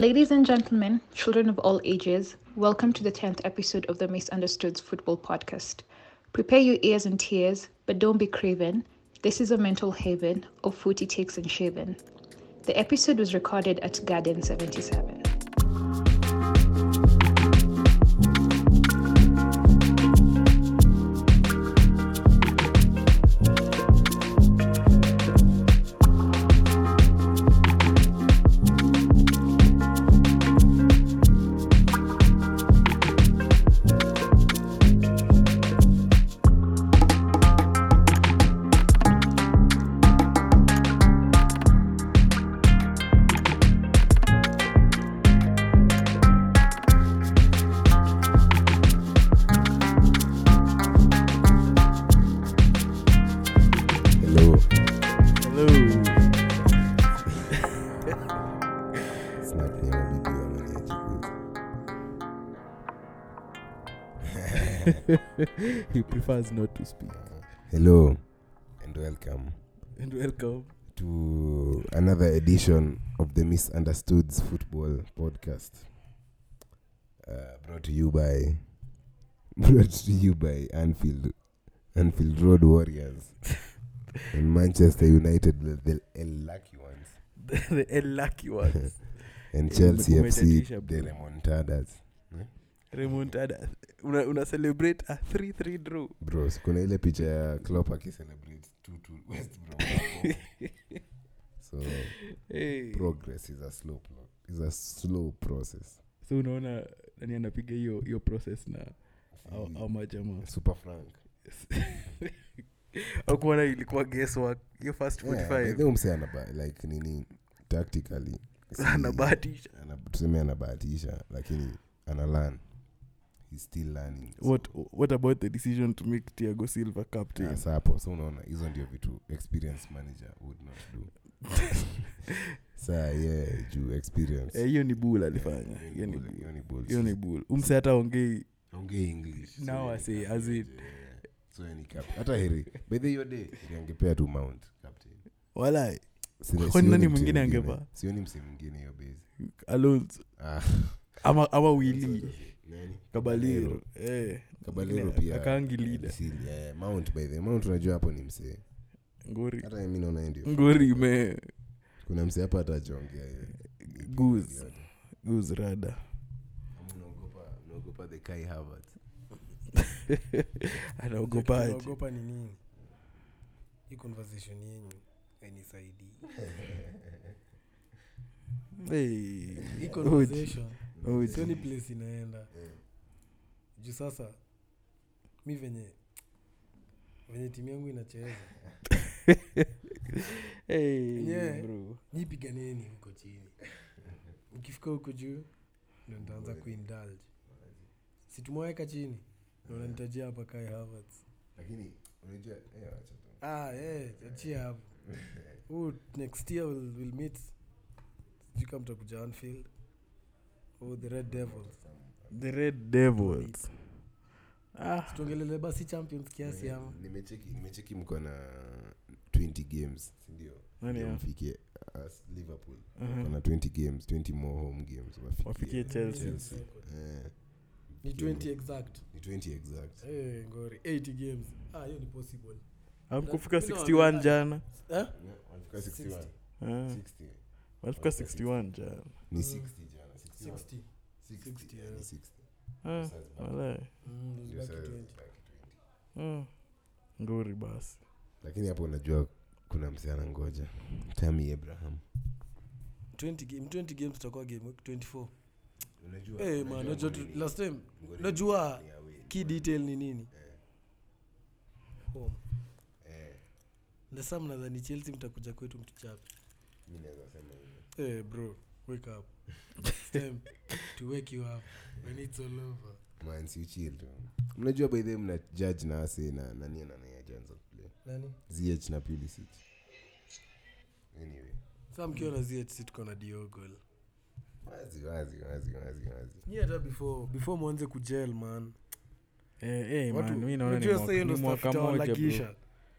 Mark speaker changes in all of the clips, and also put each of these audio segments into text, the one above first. Speaker 1: Ladies and gentlemen, children of all ages, welcome to the 10th episode of the Misunderstoods Football Podcast. Prepare your ears and tears, but don't be craven. This is a mental haven of footy takes and shaven. The episode was recorded at Garden 77.
Speaker 2: Hello.
Speaker 3: Hello.
Speaker 2: It's not the NBB on the edge of
Speaker 3: he prefers not to speak.
Speaker 2: it. Hello and welcome
Speaker 3: And welcome.
Speaker 2: to another edition of the Misunderstoods Football Podcast. Uh, brought to you by brought to you by Anfield Anfield Road Warriors and Manchester United the, the the lucky ones
Speaker 3: the the lucky ones.
Speaker 2: and
Speaker 3: Eh,
Speaker 2: Chelsea
Speaker 3: umetatisha
Speaker 2: FC
Speaker 3: bro.
Speaker 2: the remontadas
Speaker 3: Remontada. Una, una celebrate a 3-3 draw.
Speaker 2: bros kuna ile picha ya Klopp akicelebrate 2-2 West Brom so
Speaker 3: Hey.
Speaker 2: progress is a slow pro- is a slow process
Speaker 3: So unaona nani anapiga hiyo hiyo process na au, au majama.
Speaker 2: super frank
Speaker 3: Au kuona ilikuwa guesswork hiyo first
Speaker 2: Yeah, I
Speaker 3: 45
Speaker 2: think msee anaba- like nini tactically si-
Speaker 3: anabahatisha.
Speaker 2: ana- tuseme anabahatisha lakini ana learn He's still learning So,
Speaker 3: What what about the decision to make Thiago Silva
Speaker 2: yeah,
Speaker 3: captain?
Speaker 2: sa hapo so unaona hizo ndio vitu experience manager would not do saa ye juu
Speaker 3: Eh,
Speaker 2: experience
Speaker 3: hiyo ni bull alifanya. Hiyo ni
Speaker 2: Bull-
Speaker 3: bull.
Speaker 2: hiyo ni bull.
Speaker 3: Hiyo ni bull. Umse hata ongei
Speaker 2: ongea english So,
Speaker 3: Now
Speaker 2: yeah,
Speaker 3: I say,
Speaker 2: yeah,
Speaker 3: as it-
Speaker 2: yeah, yeah. So, yeah, ni captain. hata heri by the hiyo day Heri angepea tu mount captain
Speaker 3: wala
Speaker 2: Sina-
Speaker 3: Kwani
Speaker 2: sioni
Speaker 3: nani
Speaker 2: mtu mwingine.
Speaker 3: mwingine angevaa?
Speaker 2: sioni msee mwingine hiyo base
Speaker 3: Alonso
Speaker 2: Ah,
Speaker 3: ama ama
Speaker 2: sorry,
Speaker 3: Willy.
Speaker 2: sorry. Nani?
Speaker 3: Kabalero. Eh.
Speaker 2: Kabalero
Speaker 3: Mwingine
Speaker 2: pia
Speaker 3: akaangi leader.
Speaker 2: alisili, eh, mount by the mount unajua hapo ni msee
Speaker 3: Ngori.
Speaker 2: hata mi naona yeye ndio
Speaker 3: Ngori ime
Speaker 2: kuna msee hapa Yaani, hata achongea
Speaker 3: Goose. Goose rada.
Speaker 2: naogopa the kai Havertz.
Speaker 3: Anaogopaje?
Speaker 4: Naogopa ni nini hii conversation yenyu hainisaidii
Speaker 3: Hey.
Speaker 4: hii
Speaker 3: Oji.
Speaker 4: conversation
Speaker 3: Oji.
Speaker 4: sioni place inaenda juu sasa mi venye venye timu yangu inacheza
Speaker 3: Hey,
Speaker 4: Yeah.
Speaker 3: bro.
Speaker 4: nyi piganieni huko chini ukifika huko juu ndo nitaanza kuindulge situmeweka chini ndo nanitajia hapa kai Havertz.
Speaker 2: lakini unajua eh, wacha tu.
Speaker 4: ah eh, achia hapo Ooh, next year we'll, we'll meet sijui kama mtakuja anfield oh, the red devils
Speaker 3: The Red Devils. Ah,
Speaker 4: tuongelele basi champions
Speaker 2: Eh,
Speaker 4: kiasi ama
Speaker 2: nimecheki nimecheki mko na 20 games sindio
Speaker 3: Nani ya?
Speaker 2: mfikie as liverpool
Speaker 3: Mhm.
Speaker 2: Mko na 20 games 20 more home games
Speaker 3: Wafikie
Speaker 2: wafikie
Speaker 3: Chelsea.
Speaker 2: Eh,
Speaker 4: ni 20 exact
Speaker 2: ni 20 exact
Speaker 4: Eh, ngori 80 games ah hiyo ni possible
Speaker 3: Hamkufika
Speaker 4: Mimi naona
Speaker 3: 61
Speaker 4: wamepata.
Speaker 3: jana.
Speaker 4: eh?
Speaker 2: Yeah, walifika 61.
Speaker 3: Ah,
Speaker 2: 60.
Speaker 3: Walifika 61 jana.
Speaker 2: ni
Speaker 4: Mm.
Speaker 2: 60 jana 61.
Speaker 4: 60
Speaker 2: 60, yeah, ni 60.
Speaker 3: Ah,
Speaker 2: Sasa back-
Speaker 3: wala.
Speaker 4: mm, those
Speaker 2: ndio
Speaker 4: back
Speaker 2: sasa
Speaker 4: to 20
Speaker 2: back to 20.
Speaker 3: Ah. Ngori basi.
Speaker 2: lakini hapo unajua kuna msichana ngoja tami abraham
Speaker 4: 20 game 20 games tutakuwa game week 24
Speaker 2: unajua
Speaker 4: eh man unajua tu- last time unajua key detail ni nini
Speaker 2: Eh.
Speaker 4: home na saa mnadhani chelsea mtakuja kwetu mtuchape
Speaker 2: mimi naweza sema hivyo
Speaker 4: eh bro wake up It's time to wake you up when it's all over
Speaker 2: man si chill tu mnajua by the way mna judge na ase na nani anayeanza kuplay
Speaker 4: nani
Speaker 2: zh na pulisic anyway
Speaker 4: saa mkiwa na zhc tuko na diogol
Speaker 2: wazi wazi wazi wazi wazi
Speaker 4: ni hata before before mwanze kujel man
Speaker 3: Eh, eh,
Speaker 4: Watu-
Speaker 3: man, mimi naona ni
Speaker 4: unajua sasa
Speaker 3: mwaka-
Speaker 4: hiyo
Speaker 3: ni
Speaker 4: ndo stuff
Speaker 3: mwaka moja bro.
Speaker 4: itawalagisha. Hiyo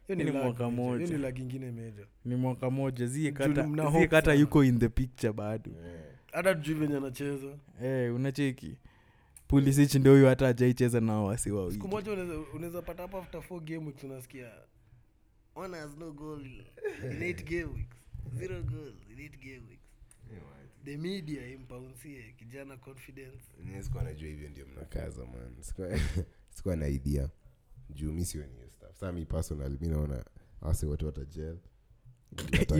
Speaker 4: Yaani ni
Speaker 3: Ni
Speaker 4: lag
Speaker 3: mwaka
Speaker 4: major.
Speaker 3: moja.
Speaker 4: Hiyo ni lag ingine meja
Speaker 3: ni mwaka moja
Speaker 4: Juu
Speaker 3: ziekata
Speaker 4: mna hope sana.
Speaker 3: yuko in the picture bado
Speaker 2: Eh,
Speaker 4: hata tujui venye anacheza
Speaker 3: Eh, unacheki pulisichi ndo huyu hata ajaicheza nao wasi wa wiki
Speaker 4: siku moja unaweza- unaweza pata hapo after four game weeks unasikia one has no goal in eight game weeks zero goal in eight game weeks the media impaunsie kijana confidence
Speaker 2: Mimi sikuwa najua hivyo ndio mnakaza man Sikuwa- sikuwa na idea juu mi sioni hiyo stuff saa mi personal mi naona ase watu watajel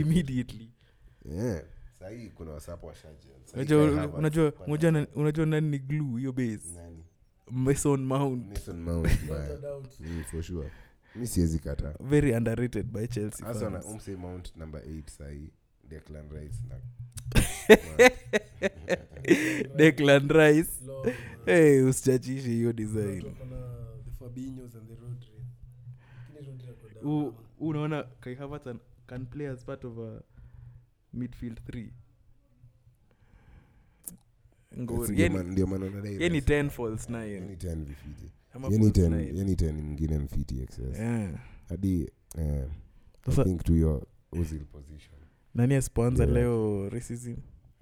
Speaker 3: immediately
Speaker 2: yeah. sahii kuna wasapo washajel Sahii
Speaker 3: unajua
Speaker 2: Kai Havertz,
Speaker 3: unajua-
Speaker 2: kwa-
Speaker 3: unajua na- unajua nani ni glue hiyo base
Speaker 2: nani?
Speaker 3: mason mount
Speaker 2: Mason Mount, man. Mm, for sure mi siwezi kataa
Speaker 3: very underrated by chelsea
Speaker 2: hasa na
Speaker 3: fans.
Speaker 2: umse mount number 8 sahii declan rice na
Speaker 3: declan rice hey, usichachishe hiyo design U- unaona kai Havertz an- can play as part of a midfield three
Speaker 2: Ndio
Speaker 3: ngori
Speaker 2: maana- ndio maana unadai
Speaker 3: yani
Speaker 2: Rice.
Speaker 3: 10 falls 9
Speaker 2: Yeni 10 vifiti
Speaker 3: ama
Speaker 2: Yeni
Speaker 3: false
Speaker 2: 10
Speaker 3: nine.
Speaker 2: yeni 10 mwingine mfiti excess
Speaker 3: Yeah.
Speaker 2: hadi eh, I
Speaker 3: Sasa-
Speaker 2: think to your Ozil position
Speaker 3: nani asipoanza
Speaker 2: Yeah.
Speaker 3: leo racism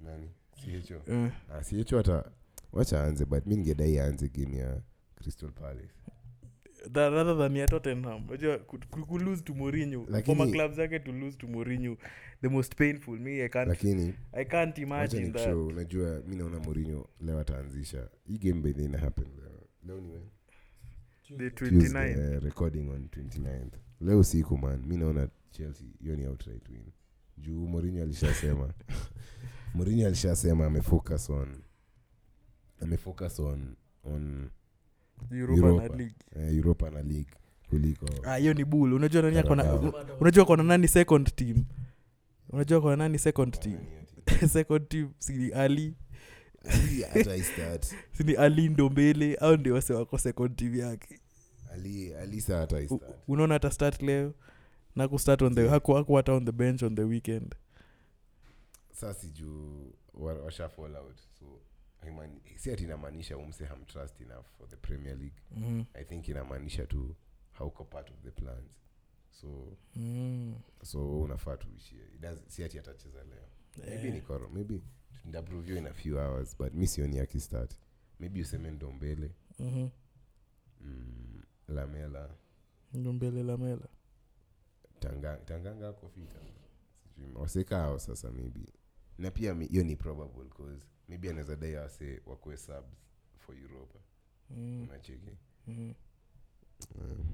Speaker 2: nani CHO
Speaker 3: Eh,
Speaker 2: ah CHO hata wacha aanze but mi ningedai aanze game ya Crystal Palace
Speaker 3: tha- rather than ya tottenham unajua ku- ku- ku lose to Mourinho
Speaker 2: Lakini-
Speaker 3: former club zake to lose to Mourinho the most painful me i can't,
Speaker 2: lakini
Speaker 3: I can't
Speaker 2: wacha
Speaker 3: imagine that
Speaker 2: nikushow unajua mi naona Mourinho leo ataanzisha hii game by then happen leo leo ni when?
Speaker 3: the 29
Speaker 2: Tuesday, eh, recording on 29th leo siku man mi naona chelsea hiyo ni outright win juu morinho alishasema morinho alishasema amefocus on amefocus on on
Speaker 3: Europa,
Speaker 2: Europa.
Speaker 3: Na league
Speaker 2: eh, europa na league kuliko
Speaker 3: Ah, hiyo ni bull unajua nani ako na-
Speaker 2: Carabao.
Speaker 3: u- unajua kona nani second team unajua kona nani second team second team sini ali
Speaker 2: Ali hata I start.
Speaker 3: sini ali ndo mbele au ndio wase wako second team yake
Speaker 2: ali ali saa hata I
Speaker 3: U-
Speaker 2: start.
Speaker 3: unaona hata start leo na kustart on the haku haku hata on the bench on the weekend
Speaker 2: Sasa si juu wa- washa fall out so haimani- si ati inamaanisha umse hamtrust enough for the premier league
Speaker 3: mm.
Speaker 2: i think inamaanisha tu hauko part of the plans so
Speaker 3: Mm.
Speaker 2: so wewe unafaa tuishie It does- si ati atacheza leo maybe ni koro maybe ndaprovyo in a few hours but mi sioni akistart maybe useme ndo mbele
Speaker 3: Mhm.
Speaker 2: mm, lamela
Speaker 3: Ndo mbele lamela
Speaker 2: Tanga- tanganga ako fit ama? Sijui, waseka hao sasa maybe na pia mi- hiyo ni probable cause maybe anaweza dai wase wakuwe subs for europa
Speaker 3: mm.
Speaker 2: unacheki
Speaker 3: mm.
Speaker 2: Mm.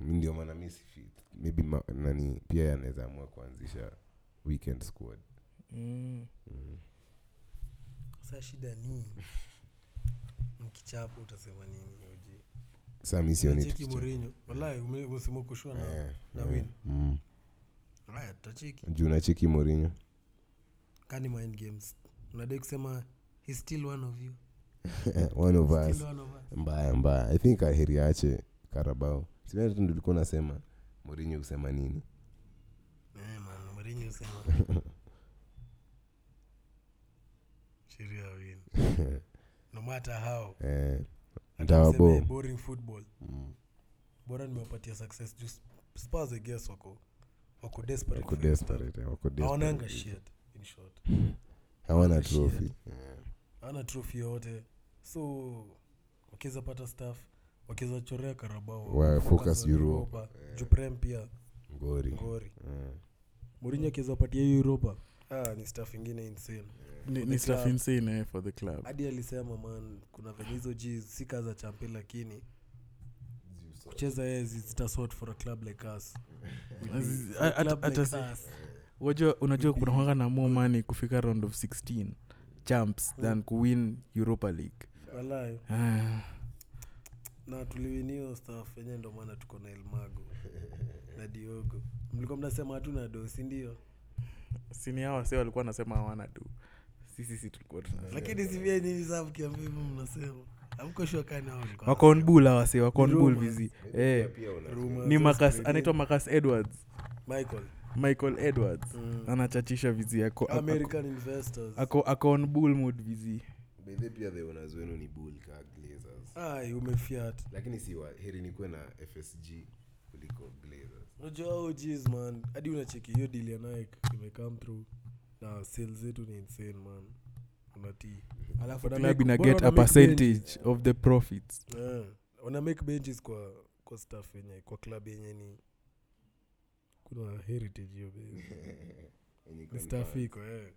Speaker 2: Mi ndio maana mi si fit maybe ma, nani pia anaweza amua kuanzisha weekend squad
Speaker 3: mm.
Speaker 2: mm.
Speaker 4: sa shida ni mkichapa utasema nini OG?
Speaker 2: saa mi sioni
Speaker 4: Unacheki
Speaker 2: tukicheza.
Speaker 4: Mourinho, wallahi ume- umesema kushua na
Speaker 2: Eh,
Speaker 4: na
Speaker 2: eh,
Speaker 4: win.
Speaker 2: mm.
Speaker 4: Haya, tutacheki
Speaker 2: juu nacheki morinyo
Speaker 4: kani mind games unadai kusema he's still one of you
Speaker 2: one of us
Speaker 4: still one of us
Speaker 2: mbaya mbaya i think aheri ache karabao sinatu ndilikuwa nasema morinyo kusema nini
Speaker 4: eh man Mourinho sema sheria win no matter how
Speaker 2: eh, Mm.
Speaker 4: Tuseme
Speaker 2: ntawabo
Speaker 4: boring football bora nimewapatia success just spurs i guess wako wako desperate
Speaker 2: wako
Speaker 4: for it.
Speaker 2: desperate wako
Speaker 4: hawananga
Speaker 2: desperate
Speaker 4: shit in short
Speaker 2: hawana
Speaker 4: shit.
Speaker 2: trophy
Speaker 4: ana trophy yoyote so wakiweza pata staff wakiweza chorea karabao
Speaker 2: Wa-
Speaker 4: focus
Speaker 2: focus
Speaker 4: on
Speaker 2: Europa.
Speaker 4: juprem pia
Speaker 2: ngori
Speaker 4: ngori
Speaker 2: Eh,
Speaker 4: morinyo akiweza patia hiyo europa ah, ni staff ingine insane
Speaker 3: ni, ni stuff insane eh, for the club
Speaker 4: hadi alisema man kuna venye hizo g si kazi za champe lakini kucheza yeye zi- zitasort for a club like us
Speaker 3: Aziz-
Speaker 4: For a
Speaker 3: a-
Speaker 4: club
Speaker 3: ata-
Speaker 4: like
Speaker 3: ata-
Speaker 4: us.
Speaker 3: unajua unajua kuna hanga na more money kufika round of 16 champs
Speaker 4: Mm.
Speaker 3: than kuwin europa league
Speaker 4: Walai,
Speaker 3: ah.
Speaker 4: na tuliwinio staff yenyewe ndo maana tuko na elmago na diogo mlikuwa mnasema hatuna dosi ndio
Speaker 3: sini hao wase walikuwa nasema hawana tu sisi si tulikuwa tunasema
Speaker 4: lakini sivia nyinyi saa mkiambia hivyo mnasema amkoshuakani
Speaker 3: wako on bull hao wase wako on
Speaker 4: Ni
Speaker 3: bull
Speaker 4: rumors.
Speaker 3: vizi eh ni Marcus anaitwa Marcus Edwards Michael Edwards
Speaker 4: Mm.
Speaker 3: anachachisha vizi yako ako-
Speaker 4: american investors
Speaker 3: ako ako on bull mood vizi
Speaker 2: by the way, pia the owners wenu ni bull ka glazers
Speaker 4: ai umefiat
Speaker 2: lakini si wa- heri nikuwe na fsg kuliko glazers
Speaker 4: unajua oh jeez man hadi unacheki hiyo deal ya nike imecome through na sales zetu ni insane man unatii
Speaker 3: The
Speaker 4: alafu wana
Speaker 3: club
Speaker 4: make-
Speaker 3: ina
Speaker 4: bora
Speaker 3: get
Speaker 4: wana
Speaker 3: a
Speaker 4: make
Speaker 3: percentage of the profits
Speaker 4: bench- eh, wana make benches kwa kwa staff yenye kwa club yenye ni kuna heritage hiyo bench.
Speaker 2: Yaani
Speaker 4: Ni staff iko eh.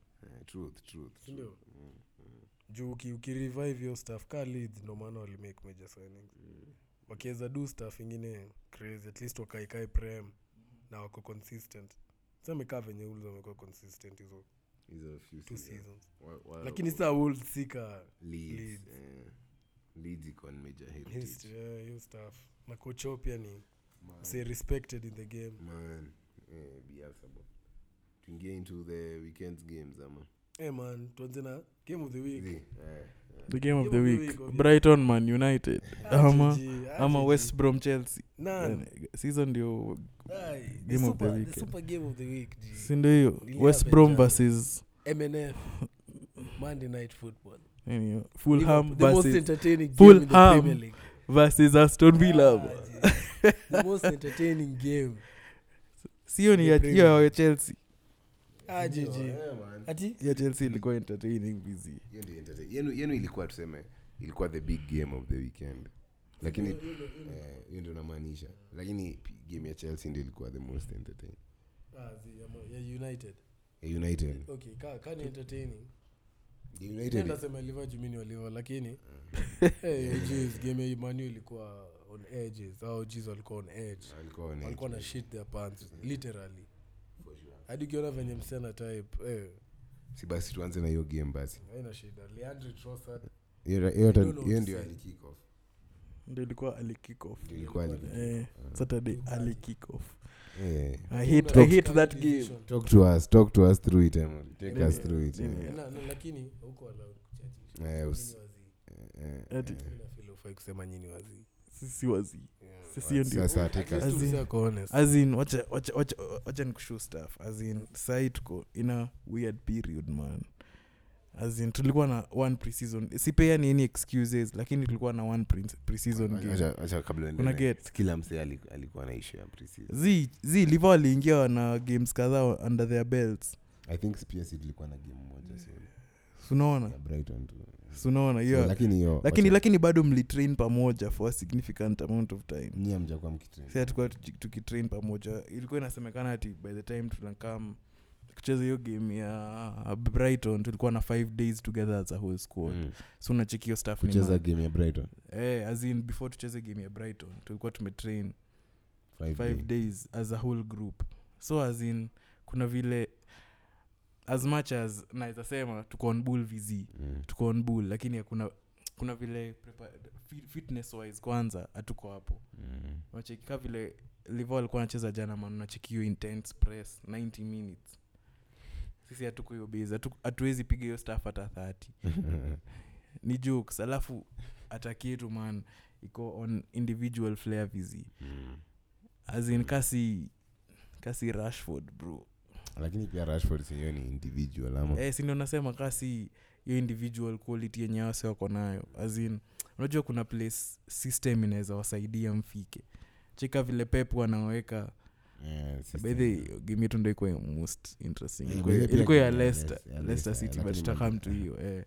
Speaker 2: truth truth Mm.
Speaker 4: Sindio? juu uki- ukirevive hiyo staff ka leads ndo maana walimake major signings wakiweza du staff ingine crazy at least wakaikae prem na wako consistent samekaa venye wolves wamekuwa consistent hizo
Speaker 2: hizo few
Speaker 4: two
Speaker 2: seasons.
Speaker 4: seasons
Speaker 2: Wa- wa-
Speaker 4: lakini
Speaker 2: wa-
Speaker 4: saa wolves sika
Speaker 2: Leeds,
Speaker 4: Leeds.
Speaker 2: eh. Leeds iko on major heritage.
Speaker 4: history, eh, hiyo staff na kocho pia ni say respected in the game
Speaker 2: Man, eh, Bielsa bo. tuingie into the weekends games ama
Speaker 4: hey Eh, man tuanze na game of the week
Speaker 2: Zi, eh,
Speaker 3: the game of the
Speaker 4: Game of the
Speaker 3: week
Speaker 4: week, Ah, obviously.
Speaker 3: brighton man united ama
Speaker 4: RGG,
Speaker 3: ama
Speaker 4: RGG.
Speaker 3: west brom chelsea
Speaker 4: None.
Speaker 3: Yani, season ndio
Speaker 4: Aye,
Speaker 3: Game
Speaker 4: the
Speaker 3: of the
Speaker 4: super-
Speaker 3: week, eh.
Speaker 4: the super game of the week G.
Speaker 3: sindo hiyo
Speaker 4: Niliapa
Speaker 3: west brom
Speaker 4: jana.
Speaker 3: versus
Speaker 4: mnf monday night football
Speaker 3: yani, fulham
Speaker 4: the most
Speaker 3: versus,
Speaker 4: entertaining game in the
Speaker 3: Fulham.
Speaker 4: Premier League.
Speaker 3: versus aston villa bro.
Speaker 4: Ah, gee. the most entertaining game
Speaker 3: sio ni ya-
Speaker 4: Premier
Speaker 3: hiyo ya chelsea
Speaker 4: ah, gee, gee.
Speaker 2: eh, man.
Speaker 4: ati
Speaker 3: ya chelsea ilikuwa entertaining busy
Speaker 2: Hiyo ndio entertain- yenu yenu ilikuwa tuseme ilikuwa the big game of the weekend lakini eh, hiyo ndio namaanisha lakini p- game ya chelsea ndio ilikuwa the most entertaining
Speaker 4: ah, zi, ama- ya united
Speaker 2: Eh, united
Speaker 4: okay ka, ka ni entertaining
Speaker 2: united
Speaker 4: ndasema liva jumini waliva lakini
Speaker 3: Mm.
Speaker 4: hey, jeez, game ya manu ilikuwa on edges au jeez walikuwa on edge
Speaker 2: walikuwa
Speaker 3: Mm.
Speaker 2: on
Speaker 4: walikuwa na
Speaker 2: edge.
Speaker 4: shit their pants literally hadi ukiona venye msichana type eh,
Speaker 2: si basi tuanze na hiyo game basi
Speaker 4: haina shida leandre Trossard
Speaker 2: Hiyo- hiyo
Speaker 4: don't know
Speaker 2: hiyo
Speaker 4: what
Speaker 2: ndio
Speaker 4: to say.
Speaker 2: alikick off.
Speaker 3: ndo ilikuwa alikikof
Speaker 2: Ndio ilikuwa alikick off.
Speaker 3: eh, saturday alikikof
Speaker 2: Eh,
Speaker 3: i hate,
Speaker 4: Kuna
Speaker 3: I hate
Speaker 4: kali
Speaker 3: that game
Speaker 4: decision.
Speaker 2: talk to us talk to us through it Emon. take us through it eh.
Speaker 4: Na- na- lakini huko
Speaker 2: Eh, usi- eh, eh.
Speaker 3: Ati,
Speaker 4: ufai kusema nyini wazi
Speaker 3: sisi wazi sisi hiyo ndio
Speaker 2: sasa take us
Speaker 3: As in-
Speaker 4: Tuko honest.
Speaker 3: azin wacha wacha- wacha- wacha nikushu stuff azin sai tuko in a weird period man azin tulikuwa na one preseason sipea ni any excuses lakini tulikuwa na one pre- preseason game
Speaker 2: Acha- acha kabla
Speaker 3: Una
Speaker 2: niendelee.
Speaker 3: get?
Speaker 2: kila msee ali- alikuwa na issue ya preseason
Speaker 3: z z liva waliingia na games kadhaa under their belts
Speaker 2: i think pia ilikuwa na game
Speaker 3: Mm.
Speaker 2: moja sio?
Speaker 3: sunaona
Speaker 2: Ya brighton tu
Speaker 3: sunaona hiyo
Speaker 2: lakini hiyo
Speaker 3: lakini
Speaker 2: wacha-
Speaker 3: lakini bado mlitrain pamoja for a significant amount of time
Speaker 2: nyie hamjakuwa mkitrain.
Speaker 3: sa tulikuwa tuki- tukitrain pamoja ilikuwa inasemekana ati by the time tunakam kucheza hiyo game ya brighton tulikuwa na five days together as a whole squad mm.
Speaker 2: Mm.
Speaker 3: so unacheki hiyo staff ni
Speaker 2: kucheza
Speaker 3: mad.
Speaker 2: game ya brighton
Speaker 3: eh, as in before tucheze game ya brighton tulikuwa tumetrain
Speaker 2: Five
Speaker 3: five
Speaker 2: day.
Speaker 3: days as a whole group so as in kuna vile as much as naweza sema tuko on bull vz
Speaker 2: Mm.
Speaker 3: tuko on bull lakini hakuna kuna vile prepa- fit- fitness wise kwanza hatuko hapo
Speaker 2: Mm.
Speaker 3: unacheki ka vile livo alikuwa anacheza jana man unacheki hiyo intense press 90 minutes sisi hatuko hiyo base hatu- hatuwezi piga hiyo staff hata 30 ni jokes alafu ataki yetu man iko on individual flair vizi
Speaker 2: Mm.
Speaker 3: azin kasi kasi rashford bro
Speaker 2: lakini pia rashford sinyo ni individual ama
Speaker 3: eh, sindo nasema kasi hiyo individual quality yenye wase wako nayo azin unajua kuna place system inaweza wasaidia mfike cheka vile pep wanaweka
Speaker 2: Eh, sisi-
Speaker 3: baidhe game yetu ndo ikuwa ya most interesting
Speaker 2: Ilikuwa
Speaker 3: Ilikuwa-
Speaker 2: ile pia
Speaker 3: ilikuwa ya
Speaker 2: game ya
Speaker 3: leicester
Speaker 2: Leicester, ya
Speaker 3: leicester
Speaker 2: Leicester,
Speaker 3: city but
Speaker 2: lakini
Speaker 3: tutakam
Speaker 2: mimi-
Speaker 3: tu hiyo eh.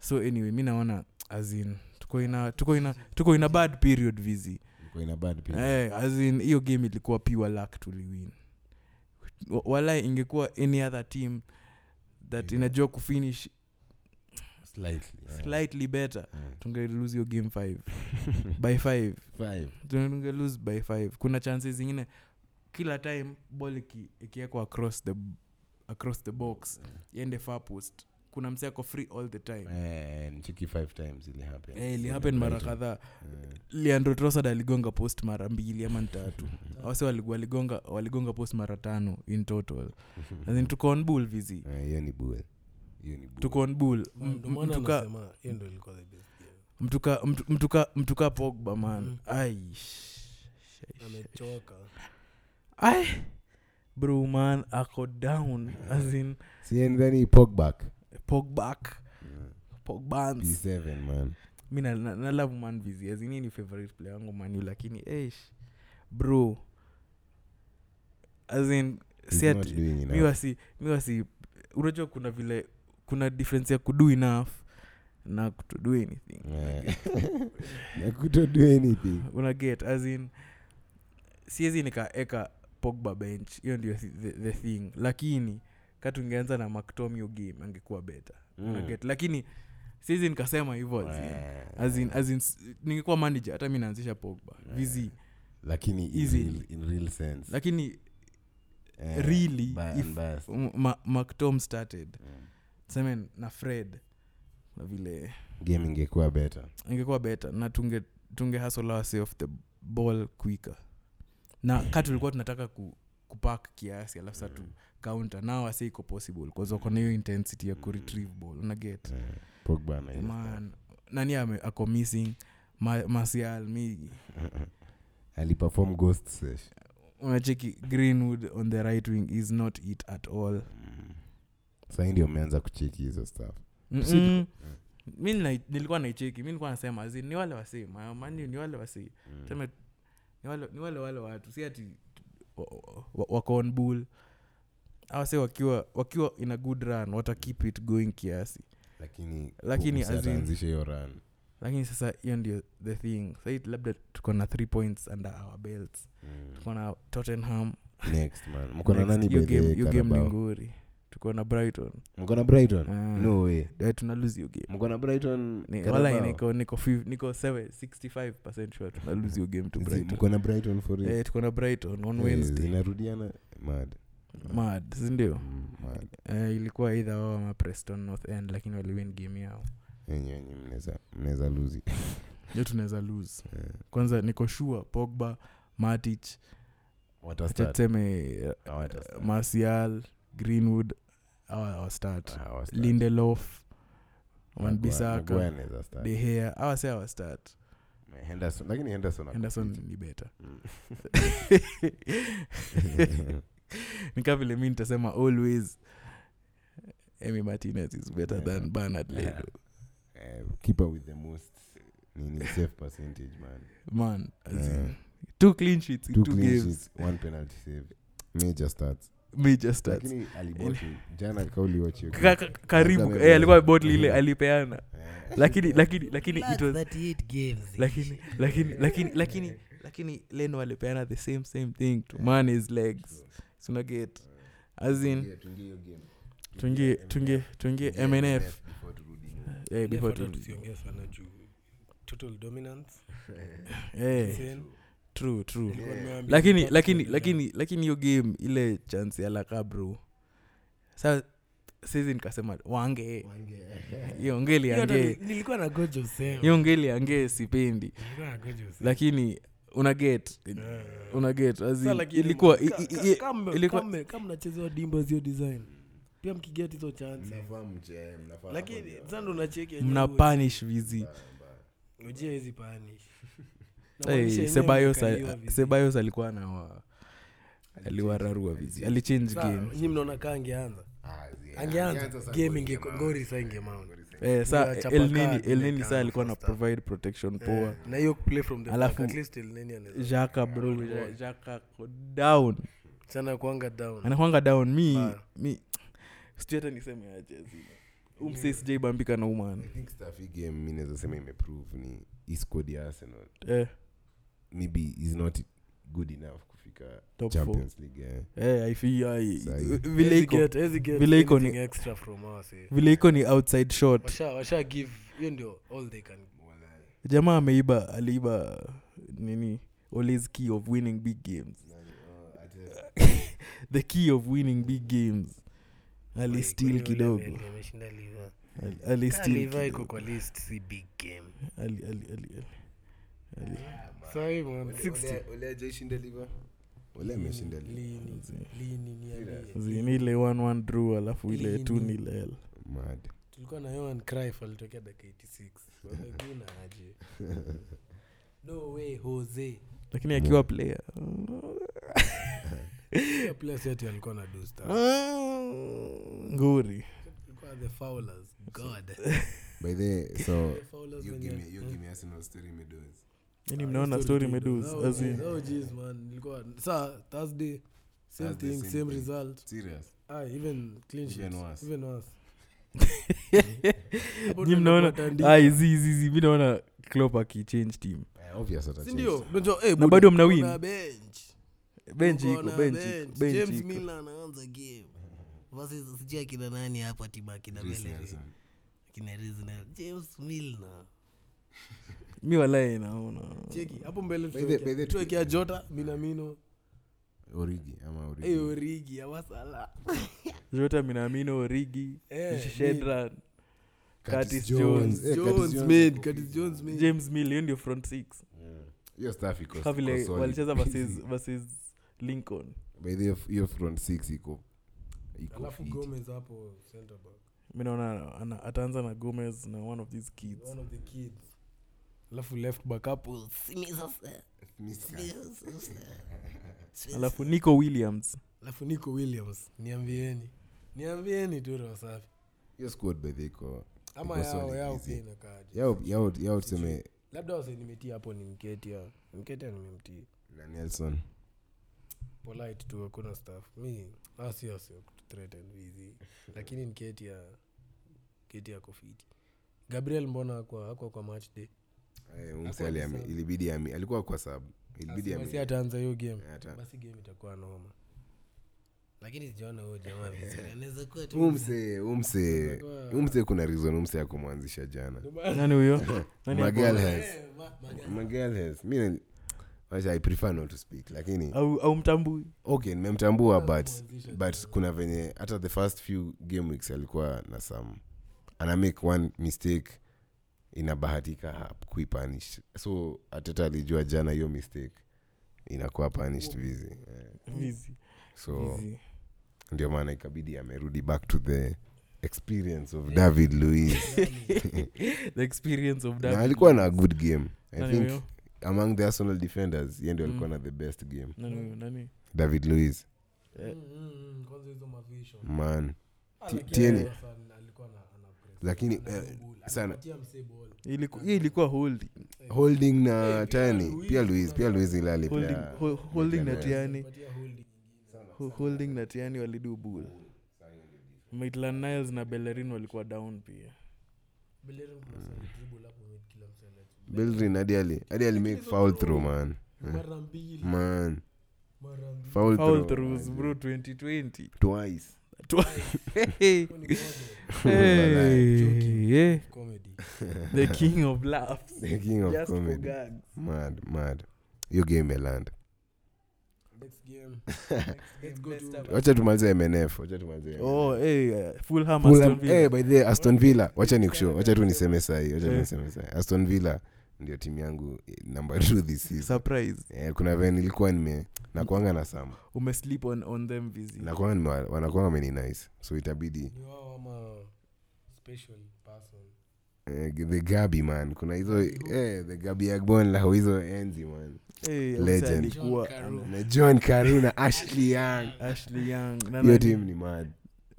Speaker 3: so anyway mi naona azin tuko ina tuko ina tuko ina bad period vizi
Speaker 2: ilikuwa ina bad pia.
Speaker 3: eh, azin hiyo game ilikuwa pure luck tuliwin Wa- wala ingekuwa any other team
Speaker 2: Yeah.
Speaker 3: that inajua kufinish
Speaker 2: Slightly, eh.
Speaker 3: slightly better
Speaker 2: Eh.
Speaker 3: tungelose hiyo game 5 by 5
Speaker 2: Five.
Speaker 3: tungelose by 5 kuna chances zingine kila time bol iki- ikiekwa across the, across the box iende far post kuna mse ako free all the time
Speaker 2: Eh, nicheki five times ili happen.
Speaker 3: Eh, ili happen mara
Speaker 2: Brighton.
Speaker 3: kadhaa
Speaker 2: Eh.
Speaker 3: leandro trosad aligonga post mara mbili ama ntatu awase waligonga, waligonga post mara tano in total As in, tuko on bull vizi
Speaker 2: Eh, hiyo ni bull hiyo ni bull.
Speaker 3: tuko on bull M-
Speaker 4: Mm, Ndio maana
Speaker 3: mtuka-
Speaker 4: nasema, hiyo ndio ilikuwa the best game.
Speaker 3: mtuka mtu- mtuka mtuka pogba man
Speaker 4: Mm.
Speaker 3: ai sh- sh-
Speaker 4: amechoka
Speaker 3: ai bro man ako down as in
Speaker 2: Si yeye ndani pogback
Speaker 3: pogback pogbans
Speaker 2: p7 man
Speaker 3: mi na- na- nalavu man vizi as in yeye ni favorite player wangu manu lakini eish bro as in
Speaker 2: He's
Speaker 3: si
Speaker 2: not
Speaker 3: ati
Speaker 2: doing enough.
Speaker 3: miwasi miwasi unajua kuna vile kuna difference ya kudo enough na kutodo anything
Speaker 2: Yeah. na kutodo Eh. anything
Speaker 3: unaget as in siezi nikaeka pogba bench hiyo ndio thi- the, the thing lakini katungeanza na mactomio game angekuwa better
Speaker 2: Mm.
Speaker 3: unaget lakini siezi nikasema hivo as in-
Speaker 2: Yeah.
Speaker 3: as in- as in s- ningekuwa manager hata mi naanzisha pogba
Speaker 2: Yeah.
Speaker 3: vizi
Speaker 2: lakini in
Speaker 3: Easily.
Speaker 2: real- in real sense. Eh,
Speaker 3: lakini
Speaker 2: Yeah.
Speaker 3: really
Speaker 2: By
Speaker 3: if
Speaker 2: and biased.
Speaker 3: m- ma, mactom started semen na fred na vile
Speaker 2: game ingekuwa better
Speaker 3: ingekuwa better na tunge tunge hustle our way off the ball quicker na ka tulikuwa tunataka ku, kupak kiasi alafu sa
Speaker 2: Mm.
Speaker 3: tu counter now ase iko possible bcause wako na hiyo intensity ya kuretrieve ball unaget
Speaker 2: Mm. Yeah. pogba anaisha.
Speaker 3: man nani ame, ako missing Ma, masial mi
Speaker 2: aliperform ghost sesh
Speaker 3: unacheki greenwood on the right wing is not it at all Mm.
Speaker 2: sai ndio umeanza kucheki hizo stuff
Speaker 3: Mm-mm. Mm. mi nina- nilikuwa naicheki mi nilikuwa nasema zi ni wale wasee ma- Man U ni wale wasee Tuseme, ni wale- ni wale wale watu si ati wa- wa- wa- wako on bull awase wakiwa wakiwa in a good run wata keep it going kiasi
Speaker 2: lakini
Speaker 3: Lakini
Speaker 2: Pupusa
Speaker 3: as in-
Speaker 2: ataanzisha hiyo run
Speaker 3: lakini sasa hiyo ndio the thing sai labda tuko na three points under our belts
Speaker 2: Mm.
Speaker 3: tuko na tottenham
Speaker 2: next man mko na
Speaker 3: Next,
Speaker 2: nani
Speaker 3: hiyo
Speaker 2: by the
Speaker 3: game-
Speaker 2: way,
Speaker 3: hiyo game ni
Speaker 2: Carabao?
Speaker 3: nguri tuko na brighton
Speaker 2: mko na brighton
Speaker 3: Mm.
Speaker 2: no way
Speaker 3: Eh, tuna lose hiyo game
Speaker 2: mko na brighton
Speaker 3: Ni-
Speaker 2: Carabao?
Speaker 3: wala niko niko fiv- niko seven- 65 sure tuna lose hiyo game to
Speaker 2: Zi-
Speaker 3: brighton
Speaker 2: mko na brighton for real?
Speaker 3: eh, tuko na brighton on
Speaker 2: Eh,
Speaker 3: wednesday
Speaker 2: zinarudiana mad
Speaker 3: mad sindio
Speaker 2: Mm, mad
Speaker 3: eh, ilikuwa idha wao ama preston north end lakini waliwin game yao
Speaker 2: Yenye- yenye mnaweza- mnaweza luzi
Speaker 3: yo tunaweza lose
Speaker 2: Eh.
Speaker 3: kwanza niko sure pogba matic acha tuseme marcial greenwood awa
Speaker 2: Ah,
Speaker 3: awastart lindelof wanbisaka dehea awa si awastart
Speaker 2: lakini henderson ako-
Speaker 3: henderson ni beta nika vile mi nitasema always emy martinez is better
Speaker 2: Yeah.
Speaker 3: than bernard
Speaker 2: Yeah.
Speaker 3: ledo
Speaker 2: Eh, keeper with the most nini save percentage man
Speaker 3: man as in,
Speaker 2: Yeah.
Speaker 3: two clean sheets in
Speaker 2: two
Speaker 3: two,
Speaker 2: clean
Speaker 3: games
Speaker 2: sheets one penalty save major stats
Speaker 3: major stats
Speaker 2: lakini aliboshi jana kauliwachio
Speaker 3: Ka- ka- karibu eh, alikuwa botli ile alipeana
Speaker 2: Eh.
Speaker 3: lakini lakini lakini it was- lakini lakini lakini lakini lakini leno alipeana the same same thing to man his legs sunaget asin tuingie tuingie tuingie mnf eh, before
Speaker 4: Afadhali
Speaker 3: tu-
Speaker 4: tusiongee sana juu total dominance
Speaker 3: eh,
Speaker 4: Insane.
Speaker 3: true true
Speaker 4: Nilikuwa nimewaambia
Speaker 3: lakini lakini
Speaker 4: tatu kwa bila.
Speaker 3: lakini lakini hiyo game ile chance ya lakabru sa saizi nikasema wange hiyo ngeli
Speaker 4: Hiyo ndo
Speaker 3: ange
Speaker 4: ni- nilikuwa na goja useme.
Speaker 3: hiyo ngeli ange sipendi
Speaker 4: Nilikuwa na goja useme.
Speaker 3: lakini una get una get as in,
Speaker 4: Sasa Eh. lakini
Speaker 3: ilikuwa
Speaker 4: ka-
Speaker 3: i- i-
Speaker 4: ka-
Speaker 3: i-
Speaker 4: kama-
Speaker 3: ilikuwa-
Speaker 4: kama- kama mnachezewa dimba hiyo design pia mkiget hizo chance lakini sasa ndo unacheki yenyewe
Speaker 3: mna
Speaker 4: uwe-
Speaker 3: punish
Speaker 4: Eh.
Speaker 3: vizi
Speaker 4: ujia hizi punish. Na
Speaker 3: Hey,
Speaker 4: maanisha yenyewe
Speaker 3: Sebayos
Speaker 4: mnakaliwa
Speaker 3: al-
Speaker 4: vizuri.
Speaker 3: sebayos alikuwa nawa aliwararua vizi alichange
Speaker 4: Sawa,
Speaker 3: game
Speaker 4: nyi mnaona kaa angeanza
Speaker 2: Ah,
Speaker 4: angeanza game ingekuwa ngori saa ingemount.
Speaker 3: eh, sa
Speaker 4: Chapa
Speaker 3: elnini
Speaker 4: kadi,
Speaker 3: elnini
Speaker 4: kama Eh.
Speaker 3: saa alikuwa na provide protection poa
Speaker 4: na hiyo play from the
Speaker 3: Alafu-
Speaker 4: back, at least El Nini anaweza-
Speaker 3: jaka bro Ja- jaka ko down
Speaker 4: sana kuanga down
Speaker 3: anakwanga down mi
Speaker 4: Baya.
Speaker 3: mi sijui hata niseme aje umse sijaibambika na umana
Speaker 2: game mi naweza sema imeprove ni iskod ya arsenal
Speaker 3: eh,
Speaker 2: maybe is not good enough kufika
Speaker 3: Top four.
Speaker 2: champions league eh.
Speaker 3: eh, haifi- hai-
Speaker 2: Sahi.
Speaker 3: vile
Speaker 4: Hezi
Speaker 3: iko
Speaker 4: get- hezi get
Speaker 3: vile iko ni-
Speaker 4: anything extra from us, eh.
Speaker 3: vile iko ni outside shot
Speaker 4: washa washa give hiyo ndio all they can
Speaker 3: jamaa ameiba aliiba nini olis key of winning big games
Speaker 2: Oh,
Speaker 3: the key of winning big games alistil
Speaker 4: Kweli yule
Speaker 3: kidogo
Speaker 4: Mendy ameshinda liver.
Speaker 3: Ali-
Speaker 4: Kaa
Speaker 3: alisteal
Speaker 4: liver iko
Speaker 3: kidogo.
Speaker 4: kwa list si big game
Speaker 3: Ali- ali- ali- ali.
Speaker 4: Sorry, man, 60.
Speaker 2: Ole ameshinda ligi.
Speaker 4: Lini, lini, niambie.
Speaker 3: Zini ile 11 draw alafu ile
Speaker 4: Lini.
Speaker 3: 2 nil l
Speaker 2: Mad.
Speaker 4: tulikuwa na Johan Cruyff alitokea dakika 86 Wabaguna aje no way Jose
Speaker 3: lakini
Speaker 5: Mm.
Speaker 3: akiwa uh, player
Speaker 4: Hiyo plus yote alikuwa na do stuff.
Speaker 3: uh, nguri
Speaker 4: Alikuwa the foulers god
Speaker 2: By the way, so
Speaker 4: The foulers
Speaker 2: Oh, you
Speaker 4: wenye-
Speaker 2: give me you give me Arsenal story medos.
Speaker 5: Ah,
Speaker 3: yani Yaani mnaona story medus
Speaker 4: Oh,
Speaker 5: eh,
Speaker 4: jeez, oh, jeez, man. Nilikuwa- saa thursday same
Speaker 2: Thursday,
Speaker 4: thing
Speaker 2: same
Speaker 4: same
Speaker 2: thing.
Speaker 4: result
Speaker 2: Serious.
Speaker 4: ah, even clean sheets,
Speaker 2: worse.
Speaker 4: even worse
Speaker 3: Nyi mnaona ah, hizi hizi hizi mi naona clop akichange team
Speaker 2: Eh, obvious atachange.
Speaker 4: sindio Unajua, eh,
Speaker 3: na
Speaker 4: Buda,
Speaker 3: bado mna win
Speaker 5: Kuna bench.
Speaker 3: bench
Speaker 5: Tuko
Speaker 3: iko
Speaker 5: na
Speaker 3: bench
Speaker 5: bench.
Speaker 3: iko bench
Speaker 5: James
Speaker 3: iko
Speaker 5: Milner anaanza game versus sijui akina nani hapa tiba akina
Speaker 2: Reece
Speaker 5: Bellerin,
Speaker 2: Nelson.
Speaker 5: akina Reece Nelson. James Milner.
Speaker 3: mi walae naona
Speaker 4: cheki hapo mbele
Speaker 2: By the- by the-
Speaker 4: tutawekea- tutawekea jota minamino
Speaker 2: Origi ama Origi.
Speaker 4: eh, origi awasala
Speaker 3: jota minamino origi
Speaker 4: Eh, mi-
Speaker 3: shedran
Speaker 2: Curtis
Speaker 3: Curtis
Speaker 2: Jones.
Speaker 3: Jones.
Speaker 2: Eh, Curtis
Speaker 4: jones
Speaker 2: Jones
Speaker 4: made
Speaker 2: ako-
Speaker 4: Curtis jones made
Speaker 3: james mill hiyo ndio front six
Speaker 2: Hiyo staff iko-
Speaker 3: ka vile
Speaker 2: iko solid.
Speaker 3: walicheza versus- versus lincoln
Speaker 2: By the way, hiyo front six iko iko
Speaker 4: alafu
Speaker 2: fit.
Speaker 4: gomez hapo center back
Speaker 3: mi naona ana- ataanza na gomez na one of these kids
Speaker 4: one of the kids alafu left back hapo
Speaker 5: Well, Simi sasa. Simi sasa. Simi
Speaker 3: alafu nico williams
Speaker 4: alafu nico williams niambieni niambieni tu roho safi
Speaker 2: Hiyo squad by the way iko
Speaker 4: ama
Speaker 2: Iko
Speaker 4: yao
Speaker 2: solid,
Speaker 4: yao
Speaker 2: easy.
Speaker 4: pia inakaaje
Speaker 2: yao yao yao tuseme
Speaker 4: labda wasenimetia hapo ni mketia mketia nimemtia
Speaker 2: na Nelson.
Speaker 4: polite tu hakuna staff mi ah, asiasio kututhreaten hizi lakini ni keti ya keti ya kofiti gabriel mbona akwa akwa kwa match day
Speaker 2: Eh, huyu msee aliame- ilibidi ame- alikuwa kwa sub. Ilibidi Eh, ame-
Speaker 4: basi ataanza hiyo game
Speaker 2: ata-
Speaker 4: basi game itakuwa noma
Speaker 5: lakini sijaona huyo jamaa vizuri anaweza kuwa tu
Speaker 2: Huyu msee- huyu msee- huyu msee kuna reason huyu msee akumwanzisha jana
Speaker 3: nani huyo nani hapo?
Speaker 2: Magalhaes.
Speaker 4: Eh,
Speaker 2: Magalhaes. Mi na- wacha, I prefer not to speak lakini
Speaker 3: au au mtambui
Speaker 2: okay nimemtambua but but kuna venye hata the first few game weeks alikuwa na some ana make one mistake inabahatika hap- kuipanish so ateta alijua jana hiyo mistake inakuwa punished vizi Eh,
Speaker 3: vizi
Speaker 2: so
Speaker 3: vizi
Speaker 2: ndio maana ikabidi amerudi back to the experience of david louis
Speaker 3: the experience of
Speaker 2: na
Speaker 3: that
Speaker 2: alikuwa na a good game i
Speaker 3: nani
Speaker 2: think
Speaker 3: huyo
Speaker 2: among the arsenal defenders ye ndio alikuwa
Speaker 3: Mm.
Speaker 2: na the best game
Speaker 3: nani huyo nani
Speaker 2: david louis
Speaker 3: Eh.
Speaker 4: Mm, mm, mm, kwanza hizo mavision
Speaker 2: man
Speaker 4: Ah,
Speaker 2: Ti-
Speaker 4: lakini
Speaker 2: Tierney.
Speaker 4: Henderson alikuwa na anapress.
Speaker 2: Lakini,
Speaker 4: Ana
Speaker 2: eh,
Speaker 4: hiyo ball.
Speaker 2: sana.
Speaker 4: Alipatia msee ball.
Speaker 3: ilikuwa hii ilikuwa holding
Speaker 2: holding na
Speaker 4: Eh, pia
Speaker 2: tani
Speaker 4: Luiz-
Speaker 2: pia louis pia louis ilali
Speaker 3: holding
Speaker 2: pia
Speaker 3: ho- holding na
Speaker 2: Declan Rice.
Speaker 3: tiani
Speaker 4: Alipatia holding.
Speaker 3: ho- holding na tiani walidu bul maitland niles na bellerin walikuwa down pia
Speaker 4: Bellerin kuna side dribble hapo mid kila msee anachi-
Speaker 2: belrin hadi ali hadi ali make foul through man
Speaker 4: mara mbili
Speaker 2: man
Speaker 4: mara mbili
Speaker 2: foul
Speaker 3: foul
Speaker 2: through,
Speaker 3: throughs
Speaker 2: man.
Speaker 3: bro 2020
Speaker 2: twice
Speaker 3: Hey,
Speaker 4: Hiyo ni moja
Speaker 3: hey,
Speaker 4: Joking.
Speaker 3: yeah.
Speaker 4: comedy
Speaker 3: the king of laughs
Speaker 2: the king of
Speaker 3: just for
Speaker 2: comedy
Speaker 3: gags
Speaker 2: mad mad hiyo game eland
Speaker 4: next game let's go to
Speaker 2: wacha tumalize mnf wacha tumalize
Speaker 3: oh hey uh, fulham
Speaker 2: Fulham-
Speaker 3: Aston
Speaker 2: eh,
Speaker 3: Villa.
Speaker 2: by the way, aston villa wacha ni kushow wacha tu niseme sahi wacha tu
Speaker 3: Eh.
Speaker 2: niseme sahi aston villa ndio timu yangu eh, number two this season
Speaker 3: surprise
Speaker 2: eh, kuna vee nilikuwa nime nakwanga na sama
Speaker 3: umesleep on on them busy
Speaker 2: nakwanga nime wanakwanga meni nice so itabidi
Speaker 4: ni wao ama special person
Speaker 2: Eh, the gabi man kuna hizo eh, the gabi agbon lao hizo enzi man
Speaker 3: hey,
Speaker 2: Legend.
Speaker 3: Aussie alikuwa
Speaker 2: na john karuna ashley young
Speaker 3: ashley young na
Speaker 2: hiyo
Speaker 3: nani?
Speaker 2: timu ni mad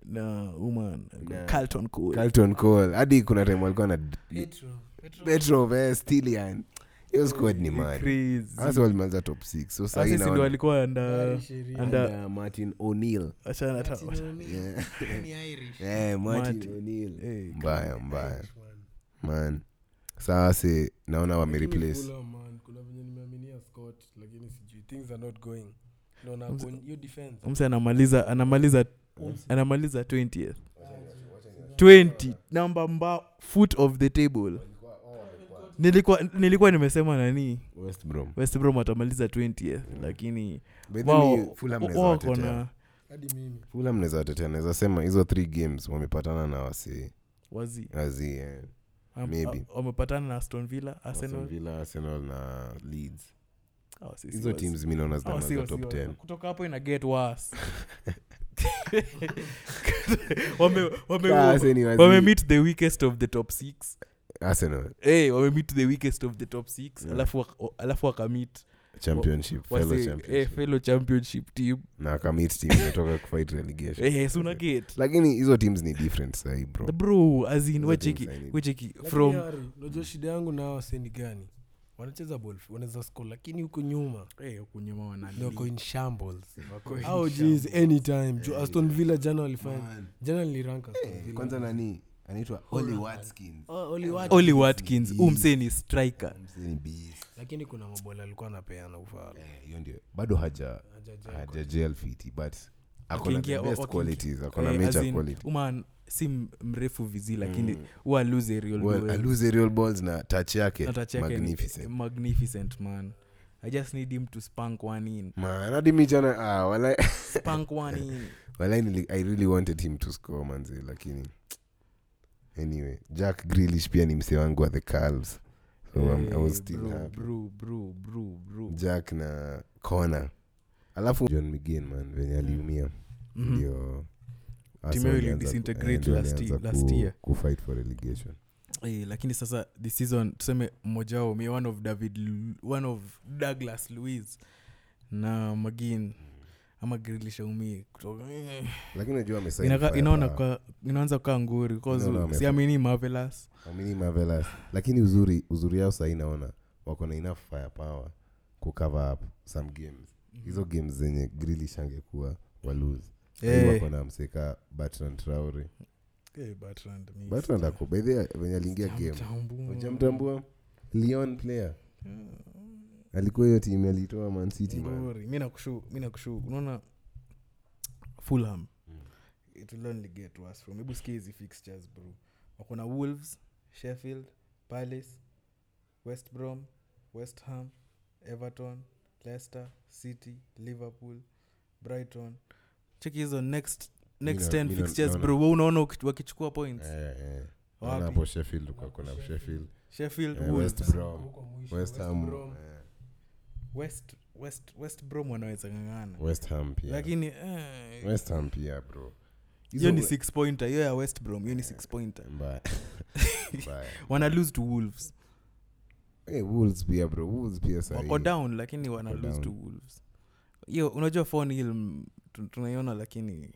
Speaker 3: na uman
Speaker 2: Na-
Speaker 3: carlton Cole.
Speaker 2: carlton cole hadi kuna time walikuwa na
Speaker 4: Petro
Speaker 2: petrov eh, stilian hiyo squad ni mad
Speaker 3: Crazy.
Speaker 2: hasa walimaliza top 6 so
Speaker 3: Sasa
Speaker 2: sahii
Speaker 3: si ndo
Speaker 2: naona
Speaker 3: alikuwa anda
Speaker 4: sheria
Speaker 3: anda-
Speaker 2: Under martin o'neil
Speaker 3: achana hata
Speaker 2: Yeah.
Speaker 5: ni Irish.
Speaker 2: Eh, martin
Speaker 3: Martin.
Speaker 2: o'neil
Speaker 3: Eh,
Speaker 2: mbaya mbaya
Speaker 4: Irish one.
Speaker 2: man sasa si naona
Speaker 4: Lakini
Speaker 2: wamereplace
Speaker 4: Fulham, man, kuna venye nimeaminia scott lakini sijui things are not going naona hapo hiyo defense
Speaker 3: mse anamaliza anamaliza anamaliza 20th 20 namba mba foot of the table nilikuwa nilikuwa nimesema nani
Speaker 2: west brom
Speaker 3: west brom watamaliza
Speaker 2: Mm.
Speaker 3: 20th lakini
Speaker 2: By the way,
Speaker 3: wao
Speaker 2: Fulham
Speaker 3: wao
Speaker 2: wanaweza
Speaker 3: wako
Speaker 2: watetea.
Speaker 3: na
Speaker 4: hadi mimi
Speaker 2: fulham naweza tetea naweza sema hizo three games wamepatana na wasi
Speaker 3: wazi
Speaker 2: wazi eh,
Speaker 3: Am-
Speaker 2: Maybe.
Speaker 3: a- wamepatana na aston villa
Speaker 2: Aston
Speaker 3: arsenal
Speaker 2: Villa, arsenal na leeds
Speaker 3: Hawa si- si
Speaker 2: hizo
Speaker 3: wazi.
Speaker 2: teams mi
Speaker 4: Oh,
Speaker 2: naona
Speaker 3: Hawa si
Speaker 2: zitamaliza
Speaker 3: wazi
Speaker 2: top
Speaker 3: wazi.
Speaker 2: 10
Speaker 3: kutoka hapo ina get worse wame wame
Speaker 2: Ah, sasa ni wazi.
Speaker 3: wamemeet the weakest of the top six
Speaker 2: arsenal
Speaker 3: hey, wamemeet the weakest of the top six alafu wak- o- alafu wakamit
Speaker 2: championship fellow
Speaker 3: hey,
Speaker 2: championship
Speaker 3: fellow championship team
Speaker 2: na kamit team imetoka kufight relegation
Speaker 3: hey, suna get
Speaker 2: lakini hizo teams ni different sahi bro
Speaker 3: Eh. the bro as in
Speaker 2: Hizo teams
Speaker 3: wecheki
Speaker 2: I need.
Speaker 3: wecheki
Speaker 4: Lakini
Speaker 3: from
Speaker 4: Harry, unajua shida yangu nao seni gani wanacheza ball f- wanaweza score lakini huko nyuma
Speaker 3: Eh, huku nyuma
Speaker 4: ni wako
Speaker 3: wanali
Speaker 4: in shambles
Speaker 3: wako in
Speaker 4: au jeez anytime Ju- aston villa jana walifanya jana nilirank aston villa
Speaker 2: eh, kwanza nani anaitwa Oli Watkins.
Speaker 4: Oh, Oli Watkins.
Speaker 3: oli watkins huu msee ni striker
Speaker 2: Msini beast.
Speaker 4: lakini kuna mabola alikuwa anapeana ufala
Speaker 2: Eh, hiyo ndio bado haja hajajel fiti but ako na the
Speaker 3: Akiingia-
Speaker 2: best
Speaker 3: wakiingia-
Speaker 2: qualities ako na
Speaker 3: Eh, as
Speaker 2: major
Speaker 3: in,
Speaker 2: quality Mm.
Speaker 3: uman si m- mrefu vizi lakini huwa lose aerial
Speaker 2: well,
Speaker 3: duels.
Speaker 2: aluse real balls na touch yake
Speaker 3: Not a check and-
Speaker 2: magnificent
Speaker 3: magnificent man i just need him to spank one in
Speaker 2: man hadi mi jana ah, walai
Speaker 3: spank one in
Speaker 2: walai nili- i really wanted him to score manze lakini anyway jack grilish pia ni mse wangu wa the calves so I'm- I was
Speaker 3: Eh,
Speaker 2: still
Speaker 3: bro,
Speaker 2: happy.
Speaker 3: bro, bro, bro, bro.
Speaker 2: jack na cona alafu john mcgain man
Speaker 3: Mm.
Speaker 2: venye aliumia
Speaker 3: Mhm.
Speaker 2: ndio Arsenal
Speaker 3: Timu yao ili
Speaker 2: walianza ku-
Speaker 3: disintegrate
Speaker 2: eh, ndio
Speaker 3: last
Speaker 2: walianza
Speaker 3: ye- last
Speaker 2: ku-
Speaker 3: year.
Speaker 2: kufight for relegation
Speaker 3: Eh, lakini sasa this season tuseme mmoja wao mi one of david Lu- one of douglas louis na magin ama grilishaumie kutoka eh.
Speaker 2: lakini najua amesign
Speaker 3: Inaka-
Speaker 2: firepower.
Speaker 3: inaona kwa- inaanza kukaa nguri 'cause
Speaker 2: Naona wame-
Speaker 3: siamini marvelous
Speaker 2: Amini Marvelous. lakini uzuri uzuri yao sahii naona wako na enough firepower kucover up some games
Speaker 3: Mhm.
Speaker 2: hizo games zenye Grealish angekuwa walose
Speaker 3: Eh.
Speaker 2: Yaani wako na mseka Bertrand Traore
Speaker 4: Eh, Bertrand, mi-
Speaker 2: Bertrand ako by the way, venye aliingia game
Speaker 3: Mtambua.
Speaker 2: ujamtambua Lyon player
Speaker 3: Eh.
Speaker 2: alikuwa hiyo timu alitoa Man City man
Speaker 3: Ngori. mi nakushu mi nakushu unaona fulham
Speaker 2: Mm.
Speaker 3: it will only get worse from hebu sikia hizi fixtures bro wako na wolves sheffield palace west brom west ham everton leicester city liverpool brighton cheki hizo next next
Speaker 2: Mina-
Speaker 3: 10
Speaker 2: mina-
Speaker 3: fixtures
Speaker 2: naona-
Speaker 3: bro we unaona uki- wakichukua points
Speaker 2: Eh, eh.
Speaker 3: Wapi?
Speaker 2: Naona hapo Sheffield uko na Sheffield
Speaker 3: sheffield
Speaker 2: eh,
Speaker 3: wolves
Speaker 2: West Brom West Ham
Speaker 4: Brom.
Speaker 2: eh,
Speaker 3: west west west brom wanaweza ng'ang'ana
Speaker 2: West Ham pia
Speaker 3: lakini eh,
Speaker 2: West Ham pia bro
Speaker 3: hiyo ni
Speaker 2: Hizo-
Speaker 3: six pointer hiyo ya west brom hiyo ni six pointer
Speaker 2: mbaya mbaya
Speaker 3: wana lose to wolves
Speaker 2: hey, wolves pia bro wolves pia sahi.
Speaker 3: wako down lakini wana
Speaker 2: Wako
Speaker 3: lose to
Speaker 2: down.
Speaker 3: wolves hiyo unajua fonil tunaiona lakini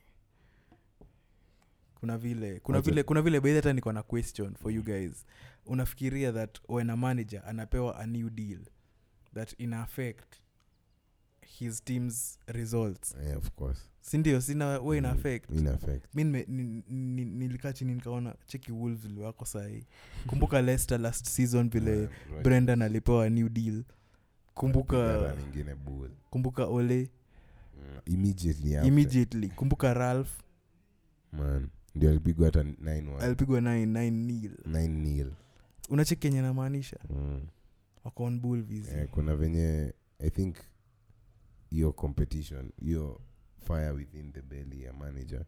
Speaker 3: kuna vile kuna
Speaker 2: Wacha-
Speaker 3: vile kuna vile baidhi hata niko na question for you guys unafikiria that when a manager anapewa a new deal that ina affect his team's results
Speaker 2: yeah, of course
Speaker 3: sindio sina we ina
Speaker 2: Mm,
Speaker 3: affect
Speaker 2: in effect
Speaker 3: mi nime- ni- ni- nilikaa chini nikaona cheki wolves vile wako sahii kumbuka leicester last season vile
Speaker 2: Yeah, bro,
Speaker 3: brendan alipewa new deal
Speaker 2: idara
Speaker 3: kumbuka
Speaker 2: nyingine bull
Speaker 3: kumbuka ole
Speaker 2: Mm, immediately after
Speaker 3: immediately kumbuka ralph
Speaker 2: man ndio alipigwa hata 9
Speaker 3: alipigwa 99 nil
Speaker 2: 9 nil
Speaker 3: unacheki kenye namaanisha
Speaker 2: mm.
Speaker 3: wako on ball busy.
Speaker 2: eh, kuna venye i think hiyo competition hiyo fire within the belly ya manager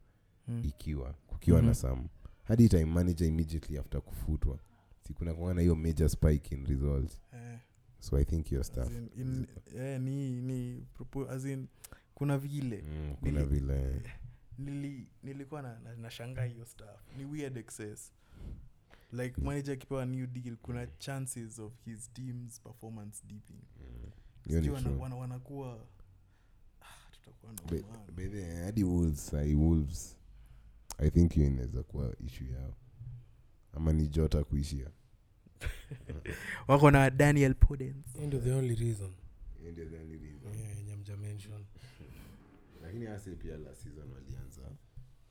Speaker 3: Mm.
Speaker 2: ikiwa kukiwa na
Speaker 3: Mhm.
Speaker 2: sam hadi time manager immediately after kufutwa si kuna kuana hiyo major spike in results
Speaker 3: Eh,
Speaker 2: so i think your
Speaker 3: as
Speaker 2: staff
Speaker 3: in- in- eh, ni ni propo- as in, kuna vile
Speaker 2: mm, kuna
Speaker 3: Nili-
Speaker 2: vile
Speaker 3: nili nilikuwa na, na, nashangaa hiyo stuff ni weird excess like manager akipewa new deal kuna chances of his team's performance dipping
Speaker 2: hiyo ni
Speaker 3: Sijui wana-
Speaker 2: true.
Speaker 3: wana- wanakuwa ah, tutakuwa na
Speaker 2: Be-
Speaker 3: umaana.
Speaker 2: by the way, hadi wolves sahi, wolves i think hiyo inaweza kuwa issue yao ama ni jota kuishia
Speaker 3: wako na daniel podens
Speaker 4: Hiyo ndio the only reason
Speaker 2: Hiyo ndio the only reason.
Speaker 4: Yeah, yenye hamja mention.
Speaker 2: lakini Arsenal pia last season walianza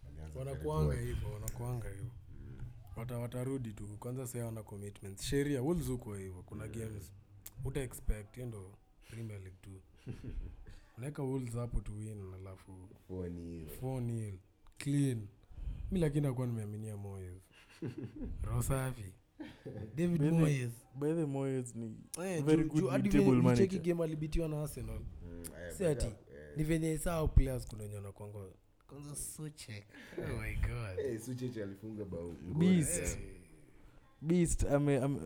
Speaker 2: walianza
Speaker 4: wanakuanga
Speaker 2: very
Speaker 4: hivyo wanakuanga hivyo Wata, watarudi tu kwanza sea wana commitments sheria wolves huko hivyo kuna games uta expect hiyo ndo premier league tu unaweka wolves hapo tu win alafu
Speaker 2: poor. Four nil.
Speaker 4: 4-0, clean mi lakini akuwa nimeaminia moyes roho safi david
Speaker 3: Mimi-
Speaker 4: moyes
Speaker 3: bethe moyes ni
Speaker 4: Eh,
Speaker 3: Very
Speaker 4: juu-
Speaker 3: good
Speaker 4: juu hadi
Speaker 3: mid-table
Speaker 4: vile nicheki
Speaker 3: manager.
Speaker 4: game alibitiwa na arsenal
Speaker 2: Mm, eh,
Speaker 4: si ati ni venye saa players kuna wenye wanakuanga
Speaker 5: kwanza sochek oh my god
Speaker 2: eh, Suchek alifunga bao Eh,
Speaker 3: Beast. beast ame, ame,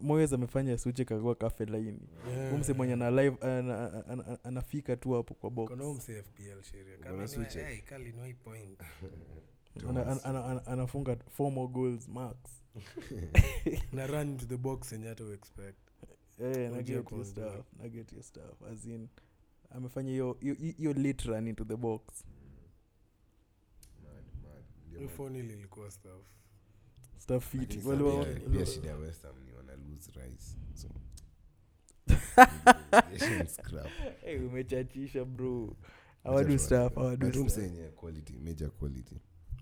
Speaker 3: moyes amefanya suche kakua kafelaini
Speaker 4: Yeah.
Speaker 3: umse mwenye ana live ana- ana- ana- anafika tu hapo kwa box
Speaker 4: Kuna huu msee FPL sheria. Kama
Speaker 2: Kuna
Speaker 4: ni
Speaker 2: switches.
Speaker 4: wa- hey, kali ni wa hii point.
Speaker 3: Ana- ana- ana- ana- anafunga four more goals max
Speaker 4: na run into the box yenye hata huexpect.
Speaker 3: Eh, na
Speaker 4: Ujia
Speaker 3: get
Speaker 4: kwa
Speaker 3: your
Speaker 4: uzuri.
Speaker 3: stuff, na get your stuff. As in, amefanya hiyo hiyo- hiyo late run into the box
Speaker 4: Hiyo phone ile ilikuwa stuff.
Speaker 3: Stuff fit.
Speaker 2: Lakini
Speaker 3: Wale
Speaker 2: sasa
Speaker 3: wa-
Speaker 2: pia-
Speaker 3: wale
Speaker 2: pia
Speaker 3: wa-
Speaker 2: shida ya West Ham ni wana lose Rice. So, Asians crap.
Speaker 3: hey, umechachisha bro
Speaker 2: Major
Speaker 3: awadu staff
Speaker 2: quality. But
Speaker 3: awadu
Speaker 2: tumsee yenye quality major quality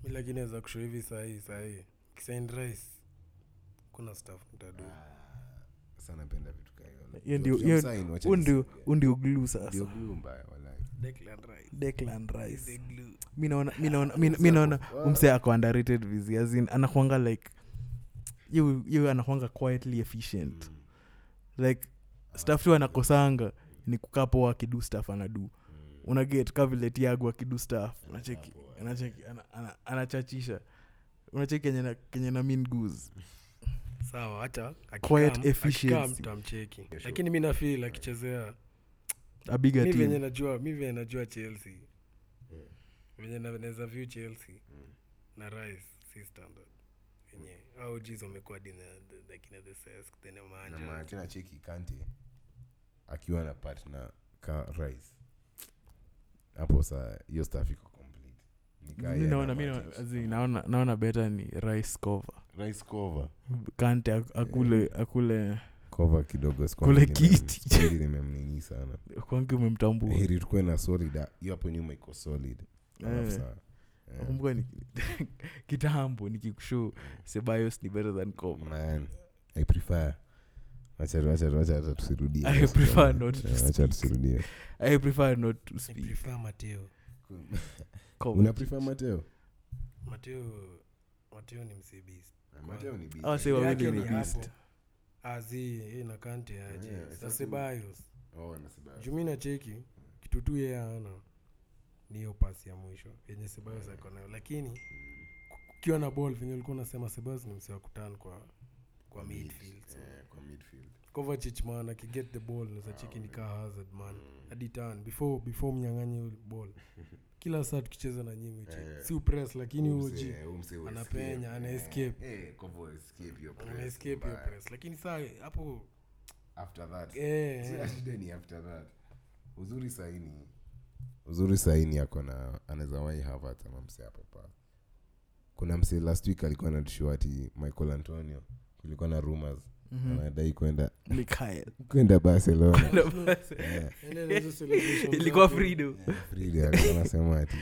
Speaker 4: mi lakini naweza kushow hivi sahii sahii kisain rice kuna staff mtadu
Speaker 2: Ah, sana penda vitu kaa hiyo. Ndio-
Speaker 3: hiyo ndio
Speaker 2: ndio msanii,
Speaker 3: hiyo
Speaker 2: wacha
Speaker 3: huu ndio
Speaker 2: niseme.
Speaker 3: huu ndio glue sasa
Speaker 2: Ndio glue mbaya, walai.
Speaker 5: Declan Rice.
Speaker 3: Declan Rice
Speaker 5: The glue.
Speaker 3: mi naona mi naona mi- mi naona umse ako underrated vizi azin anakwanga like yu yu anakwanga quietly efficient like staff tu anakosanga ni kukaa poa akidu staff anadu unaget kavile tiagu akidu staff unacheki anacheki ana- ana- anachachisha unacheki kenye na- kenye na mean goose
Speaker 4: sawa hacha
Speaker 3: Quiet efficiency.
Speaker 4: mtamcheki lakini mi nafil akichezea
Speaker 3: abiga
Speaker 4: mi venye
Speaker 3: team
Speaker 4: najua mi venye najua chelsea venye na- naweza view chelsea
Speaker 2: Mm.
Speaker 4: na rice si standard venye au jizo amekuwa dina dakina the sesk tena
Speaker 2: Na
Speaker 4: manja
Speaker 2: ma- tena cheki kante akiwa na partner ka rice hapo saa hiyo staff iko complete Ni kaa
Speaker 3: mi
Speaker 2: yeye
Speaker 3: naona
Speaker 2: na
Speaker 3: mi
Speaker 2: Matic.
Speaker 3: naona- as in, naona naona better ni rice cover
Speaker 2: rice cover
Speaker 3: kante ak- akule akule
Speaker 2: cover kidogo
Speaker 3: Kule
Speaker 2: sikwambia nimem-
Speaker 3: kiti.
Speaker 2: sikwambia nimemnini sana
Speaker 3: kwangi umemtambua
Speaker 2: heri tukue na solid ah, hiyo hapo nyuma iko solid Alafu
Speaker 3: Eh.
Speaker 2: saa, eh,
Speaker 3: nakumbuka ni kitambo nikikushow
Speaker 2: Mm.
Speaker 3: sebayos ni better than Coman.
Speaker 2: man i prefer wacha wacha wacha hata tusirudie
Speaker 3: I prefer not to
Speaker 2: Eh, wacha
Speaker 3: speak.
Speaker 2: tusirudie
Speaker 3: i prefer not to speak
Speaker 4: prefer mateo
Speaker 3: Coman.
Speaker 2: una prefer mateo
Speaker 4: mateo mateo ni msibisi
Speaker 2: mateo ni big
Speaker 4: Oh,
Speaker 3: Hawa si wawili Oh, ni beast
Speaker 4: azi na kanti aje
Speaker 2: Yeah, sasa-
Speaker 4: sasebayos
Speaker 2: oh na sababu
Speaker 4: jumi na cheki kitu tu yeye ana ni hiyo pasi ya mwisho yenye sebas ako nayo lakini ukiwa na ball venye ulikuwa unasema sebas ni msewa kutan kwa kwa midfield so.
Speaker 2: Eh, kwa midfield
Speaker 4: Kovacic man akiget the ball naza cheki ni kaa hazard man hadi turn before before mnyang'anye hiyo ball kila saa tukicheza na nyinyi cheki si upress lakini uji
Speaker 2: Eh, huyu msee wa escape.
Speaker 4: anapenya ana escape
Speaker 2: Eh, Kobo escape hiyo press.
Speaker 4: ana escape hiyo press lakini saa hapo
Speaker 2: after that
Speaker 4: eh,
Speaker 2: Sasa shida ni after that uzuri saini uzuri saini ako na anaweza wai have hata mamse hapo pa kuna mse last week alikuwa natushua ati michael antonio kulikuwa na rumors
Speaker 3: Hmm.
Speaker 2: anadai kwenda
Speaker 3: Mm-hmm. Mikhail.
Speaker 2: kwenda barcelona
Speaker 4: ende na hizo celebration
Speaker 3: ilikuwa
Speaker 4: zake.
Speaker 3: frido
Speaker 2: Frida alikuwa anasema ati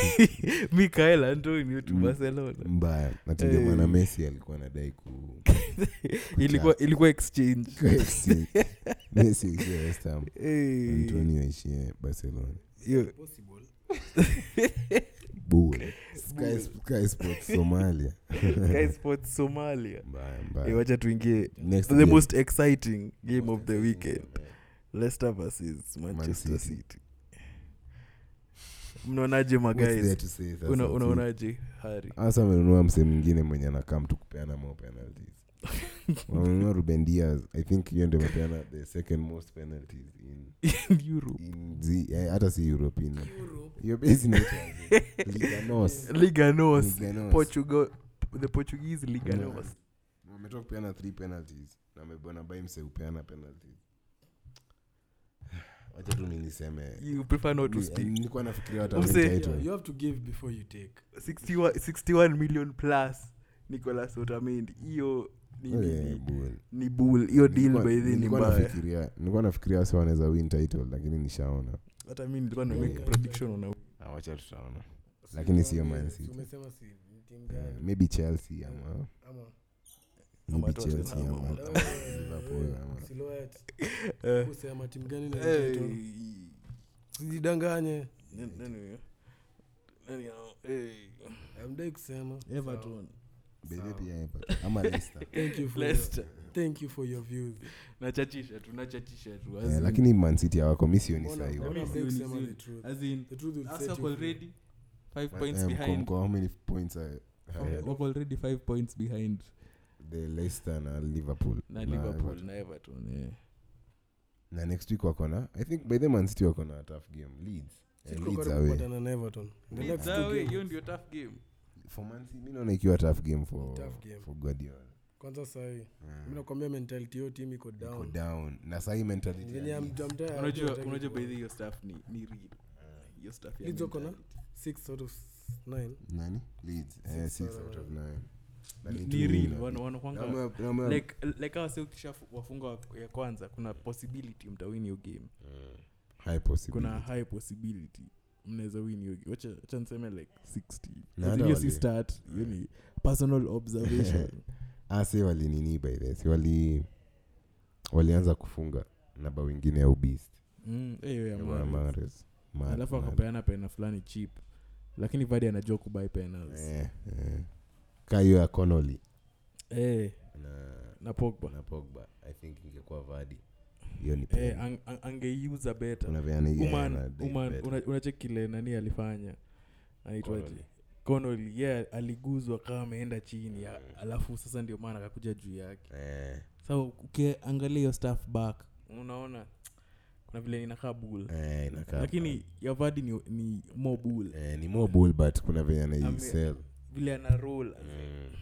Speaker 3: mikael antonio tu
Speaker 2: Mm.
Speaker 3: barcelona
Speaker 2: mbaya natindio
Speaker 3: Eh.
Speaker 2: mwana messi alikuwa anadai ku
Speaker 3: ilikuwa ilikuwa exchange
Speaker 2: Messi- messi ishie West Ham,
Speaker 3: Eh,
Speaker 2: antonio ishie barcelona
Speaker 3: yo,
Speaker 2: bure Sky- Sky Sports somalia
Speaker 3: Sky Sports somalia
Speaker 2: mbaya mbaya
Speaker 3: Eh, wacha tuingie
Speaker 2: Next
Speaker 3: the
Speaker 2: game.
Speaker 3: most exciting game of the weekend leicester versus manchester
Speaker 2: City.
Speaker 3: city mnaonaje
Speaker 2: What's there
Speaker 3: maguys
Speaker 2: to say sasa?
Speaker 3: Una- unaonaje hari
Speaker 2: hasa amenunua msee mwingine mwenye anakaa mtu kupeana more penalties wamenunua ruben dias i think hiyo ndio amepeana the second most penalties in,
Speaker 3: in europe
Speaker 2: in the, eh, hata si european hiyo base inaitwa liganos
Speaker 3: liganos
Speaker 2: Liganos.
Speaker 3: portugal the portuguese liganos
Speaker 2: wametoka kupeana three penalties na amebona bai mse kupeana penalties wacha tu mi niseme
Speaker 3: you prefer not to
Speaker 2: Ni- eh,
Speaker 3: speak
Speaker 2: nilikuwa nafikiria hata
Speaker 3: Mse-
Speaker 2: title.
Speaker 4: Yeah, you have to give before you take
Speaker 3: 61, 61 million plus nicolas otamendi hiyo ni, ni-
Speaker 2: Eh,
Speaker 3: ni,
Speaker 2: bull.
Speaker 3: ni bull hiyo deal
Speaker 2: Nilikuwa-
Speaker 3: by then ni
Speaker 2: nilikuwa
Speaker 3: mbaya
Speaker 2: nafikiria- nilikuwa nafikiria sa wanaweza win title lakini nishaona
Speaker 3: hata mi nilikuwa na make prediction on
Speaker 2: Ah, wacha tutaona lakini sio Man
Speaker 4: Yes,
Speaker 2: City.
Speaker 4: umesema si ni timu
Speaker 2: Eh,
Speaker 4: gani
Speaker 2: maybe chelsea ama
Speaker 4: ama
Speaker 2: maybe
Speaker 3: Ama Tottenham,
Speaker 2: Chelsea ama-
Speaker 3: ama-
Speaker 2: ama Liverpool ama-
Speaker 4: silhouette
Speaker 3: Eh.
Speaker 4: kusema timu gani na
Speaker 3: Eh,
Speaker 4: title. usijidanganye
Speaker 3: nani- nani huyo? Nani hao? Eh,
Speaker 4: amdai kusema
Speaker 3: Everton.
Speaker 2: Bebe pia Everton, ama Leicester.
Speaker 4: thank you for your,
Speaker 3: Leicester.
Speaker 4: thank you for your views
Speaker 3: nachachisha tu nachachisha tu as
Speaker 2: Eh,
Speaker 3: in-
Speaker 2: lakini mancity awako mi sioni
Speaker 4: Mbona-
Speaker 2: sahi
Speaker 4: mbona
Speaker 2: wako.
Speaker 4: hamdai
Speaker 3: Zioni,
Speaker 4: kusema
Speaker 3: Zioni.
Speaker 4: the truth
Speaker 3: as in,
Speaker 4: the truth will set you
Speaker 3: Arsenal
Speaker 4: free.
Speaker 3: already five points
Speaker 2: Eh, mko-
Speaker 3: behind.
Speaker 2: mko how many points are-
Speaker 3: Wako-
Speaker 2: are
Speaker 3: wako already five points behind
Speaker 2: the Leicester na liverpool
Speaker 3: na
Speaker 2: Na
Speaker 3: Liverpool
Speaker 2: Everton.
Speaker 3: na Everton. eh. yeah.
Speaker 2: na next week wako na i think by the mancity wako na tough game leeds Eh,
Speaker 4: Sisi tuko
Speaker 2: Leeds
Speaker 4: karibu
Speaker 2: away.
Speaker 4: kupatana na Everton. The next
Speaker 3: Leeds
Speaker 4: two
Speaker 3: away,
Speaker 4: games,
Speaker 3: hiyo ndio tough game.
Speaker 2: for Man City, mi naona ikiwa tough game for,
Speaker 4: Tough game.
Speaker 2: for guardiola Eh,
Speaker 4: kwanza sahii mi nakwambia mentality hiyo team iko
Speaker 2: Iko
Speaker 4: down
Speaker 2: down na sahi mentality ya
Speaker 4: venye
Speaker 2: Leeds.
Speaker 4: amtamtaa
Speaker 3: Unajua unajua by the way, hiyo staff ni ni real. Hiyo staff ya
Speaker 4: Leeds wako na
Speaker 3: mentality.
Speaker 4: 6 out of 9
Speaker 2: nani leeds eh, six out of nine na ni
Speaker 3: ni
Speaker 2: tu
Speaker 3: real
Speaker 2: na-
Speaker 3: wana- wanakuanga-
Speaker 2: Naomba- naomba-
Speaker 3: like like awa sio kisha wafunga wa- ya kwanza kuna possibility mtawin hiyo game
Speaker 2: high possibility.
Speaker 3: Eh, kuna high possibility mnaweza win hiyo game. wacha wacha niseme like 60
Speaker 2: Na hata
Speaker 3: But hiyo si
Speaker 2: wali-
Speaker 3: start hiyo ni personal observation
Speaker 2: Ah, si walinini by the way, si wali walianza kufunga na bao ingine ya ubist
Speaker 3: Mm, hiyo ya
Speaker 2: ya
Speaker 3: Mahrez.
Speaker 2: Mahrez. Ma-
Speaker 3: alafu
Speaker 2: Ma-
Speaker 3: akapeana pena fulani chip lakini vadi anajua kubai penas
Speaker 2: Eh, eh. Ka hiyo ya Connolly
Speaker 3: eh,
Speaker 2: na-
Speaker 3: na pogba
Speaker 2: na Pogba, I think ingekuwa Vardy. Hiyo ni
Speaker 3: eh,
Speaker 2: penalty.
Speaker 3: ang, ang, angeiuza beta
Speaker 2: Kuna penalty, yeah, na
Speaker 3: uman,
Speaker 2: dead
Speaker 3: uman
Speaker 2: penalty.
Speaker 3: una- unacheki kile nani alifanya
Speaker 2: Connolly.
Speaker 3: anaitwaje Connolly, ye aliguzwa kama ameenda chini
Speaker 2: Mm.
Speaker 3: a- alafu sasa ndio maana akakuja juu yake
Speaker 2: Eh,
Speaker 3: sa ukiangalia hiyo staff back unaona kuna vile inakaa bul
Speaker 2: eh, inakaa
Speaker 3: lakini yavadi ni, ni more bull
Speaker 2: Eh, ni more ball but kuna venye anaisel
Speaker 3: vile ana roll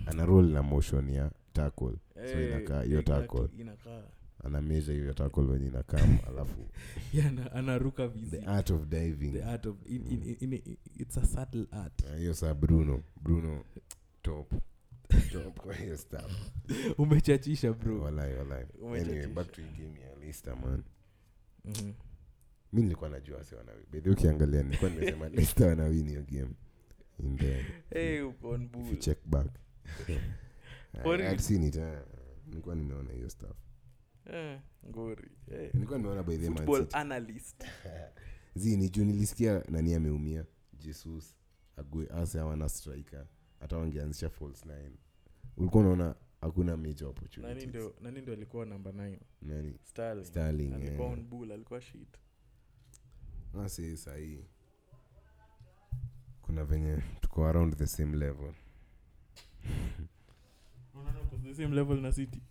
Speaker 2: ana roll na motion ya tackle Mm. so
Speaker 3: Mm. Eh,
Speaker 2: inakaa hiyo
Speaker 3: exactly,
Speaker 2: tackle
Speaker 3: inakaa
Speaker 2: ana measure hiyo tackle wenye inakam alafu
Speaker 3: Yeah, ana- anaruka
Speaker 2: the Mm.
Speaker 3: vizi
Speaker 2: art of diving
Speaker 3: the art of in, in, in, in, it's a subtle art
Speaker 2: Ah, hiyo saa bruno bruno top top kwa hiyo stuff
Speaker 3: umechachisha bro
Speaker 2: walai walai anyway
Speaker 3: Umechachisha.
Speaker 2: back to hii game ya Leicester man
Speaker 3: Mhm.
Speaker 2: mi nilikuwa najua wase wanawi bedhi ukiangalia nilikuwa nimesema Leicester wanawin hiyo game in the
Speaker 3: Hey, uko on
Speaker 2: if you
Speaker 3: bull.
Speaker 2: check back
Speaker 3: For
Speaker 2: I-
Speaker 3: real.
Speaker 2: I'd seen it eh. nilikuwa nimeona hiyo stuff
Speaker 3: Eh, ngori Eh,
Speaker 2: nilikuwa nimeona by the Man
Speaker 3: football
Speaker 2: City.
Speaker 3: analyst
Speaker 2: zi ni juu nilisikia nani ameumia jesus ague ase hawana striker hata wangeanzisha false nine ulikuwa unaona hakuna major
Speaker 3: nani
Speaker 2: opportunities
Speaker 3: ndio nani ndio alikuwa namba 9
Speaker 2: nani
Speaker 3: Sterling.
Speaker 2: Sterling,
Speaker 3: alikuwa
Speaker 2: eh.
Speaker 3: on bull alikuwa shit
Speaker 2: nasi sahii kuna venye tuko around the same level
Speaker 3: unaona uko the same level na city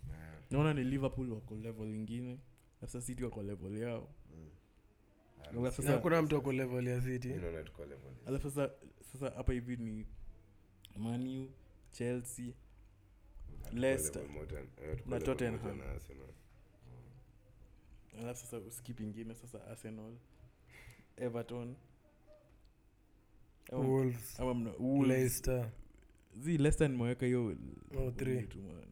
Speaker 3: naona ni liverpool wako level ingine sasa city wako level yao alafu
Speaker 4: na
Speaker 3: sasa
Speaker 4: kuna mtu ako level ya city
Speaker 2: Unaona tuko level.
Speaker 3: alafu sasa sasa hapa hivi ni manu chelsea leicester
Speaker 2: Level modern. Eh, tuko
Speaker 3: Na
Speaker 2: level
Speaker 3: Tottenham. Hmm.
Speaker 2: modern na Arsenal.
Speaker 3: alafu sasa uskip ingine sasa arsenal everton Ama-
Speaker 4: wolves
Speaker 3: ama mna- Wolves.
Speaker 4: leicester
Speaker 3: zi lester nimeweka hiyo
Speaker 4: Oh, three.
Speaker 3: vitu, man.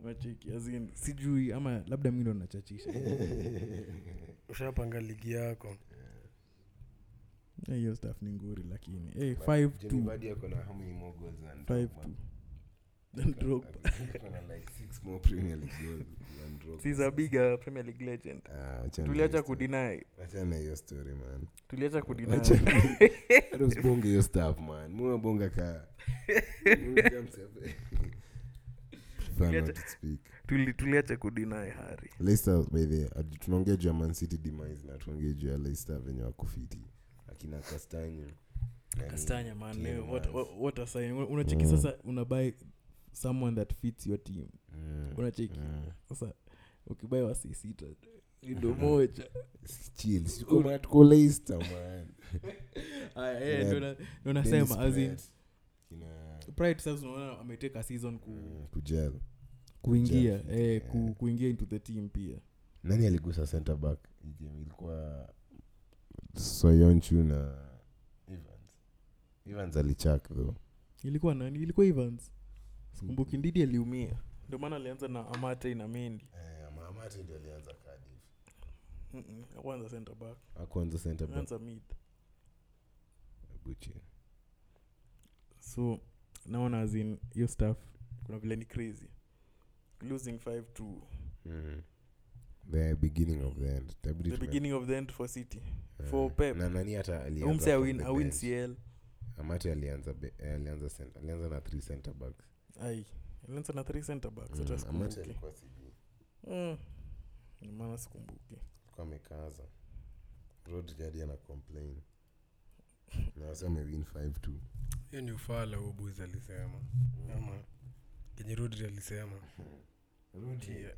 Speaker 3: Unacheki, as in, sijui ama labda mi ndo nachachisha
Speaker 4: ushapanga ligi yako
Speaker 3: Eh, hiyo staff ni nguri lakini Eh, five
Speaker 2: Jamie
Speaker 3: two,
Speaker 2: Vardy ako na how many more goals than
Speaker 3: five
Speaker 2: Drogba?
Speaker 3: two. And Drogba.
Speaker 2: Ako na like six more Premier League goals than Drogba.
Speaker 3: He's a big, uh, Premier League legend.
Speaker 2: Ah, achana
Speaker 3: tuliacha
Speaker 2: hiyo story.
Speaker 3: kudinai
Speaker 2: achana hiyo story man
Speaker 3: tuliacha
Speaker 2: Acha.
Speaker 3: kudinai
Speaker 2: Hata usibonge hiyo stuff man muabonga ka Mweka msepe. Prefer not to speak.
Speaker 3: Tuli- tuliacha kudinai hari
Speaker 2: Leicester, by the way, atu- tunaongea juu ya Man City demise na tuongee juu ya Leicester venye wakufiti akina Castagne, nani,
Speaker 3: kastanya
Speaker 2: Clear Mm.
Speaker 3: man eh,
Speaker 2: Mans.
Speaker 3: what a sign Una- unacheki sasa unabai someone that fits your team
Speaker 2: Mm,
Speaker 3: unacheki
Speaker 2: mm.
Speaker 3: sasa ukibai wasisita ndo moja
Speaker 2: Chill, si tuko ma- tuko Leicester, man.
Speaker 3: Aya, eh,
Speaker 2: Yeah.
Speaker 3: ndo na- ndo
Speaker 2: Dennis
Speaker 3: nasema as in,
Speaker 2: Pratt, kina-
Speaker 3: pride sasa unaona ameteka season ku,
Speaker 2: mm, kujel
Speaker 3: kuingia
Speaker 2: Jeff,
Speaker 3: eh, ku,
Speaker 2: yeah.
Speaker 3: kuingia into the team pia
Speaker 2: nani aligusa center back Hii game ilikuwa soyonchu na evans evans alichak tho
Speaker 3: ilikuwa nani ilikuwa evans
Speaker 2: Mm.
Speaker 3: sikumbuki ndidi aliumia ndio maana alianza na amate na mendi
Speaker 2: mamati Eh, ndio alianza Cardiff.
Speaker 3: kwanza center back
Speaker 2: hakuanza center back
Speaker 3: anza mid
Speaker 2: Buchi.
Speaker 3: so naona azin hiyo staff kuna vile ni crazy losing 5 to
Speaker 2: Mm. the beginning of the end Itabidi
Speaker 3: the
Speaker 2: tuna-
Speaker 3: beginning of the end for city
Speaker 2: eh,
Speaker 3: for Pep.
Speaker 2: na nani hata alianza
Speaker 3: umse
Speaker 2: from
Speaker 3: awin
Speaker 2: the
Speaker 3: awin
Speaker 2: bench.
Speaker 3: cl
Speaker 2: amati alianza be- eh, alianza cent- alianza na three center backs
Speaker 3: ai alianza na 3 center backs hata
Speaker 2: Mm, amati
Speaker 3: sikumbuki
Speaker 2: alikuwa sijui
Speaker 3: Mm. Ndio maana sikumbuki
Speaker 2: alikuwa amekaza rodgadi ana complain na wase wamewin 5 2
Speaker 4: hiyo ni ufala ubuzi alisema ama kenye rudri alisema Tia.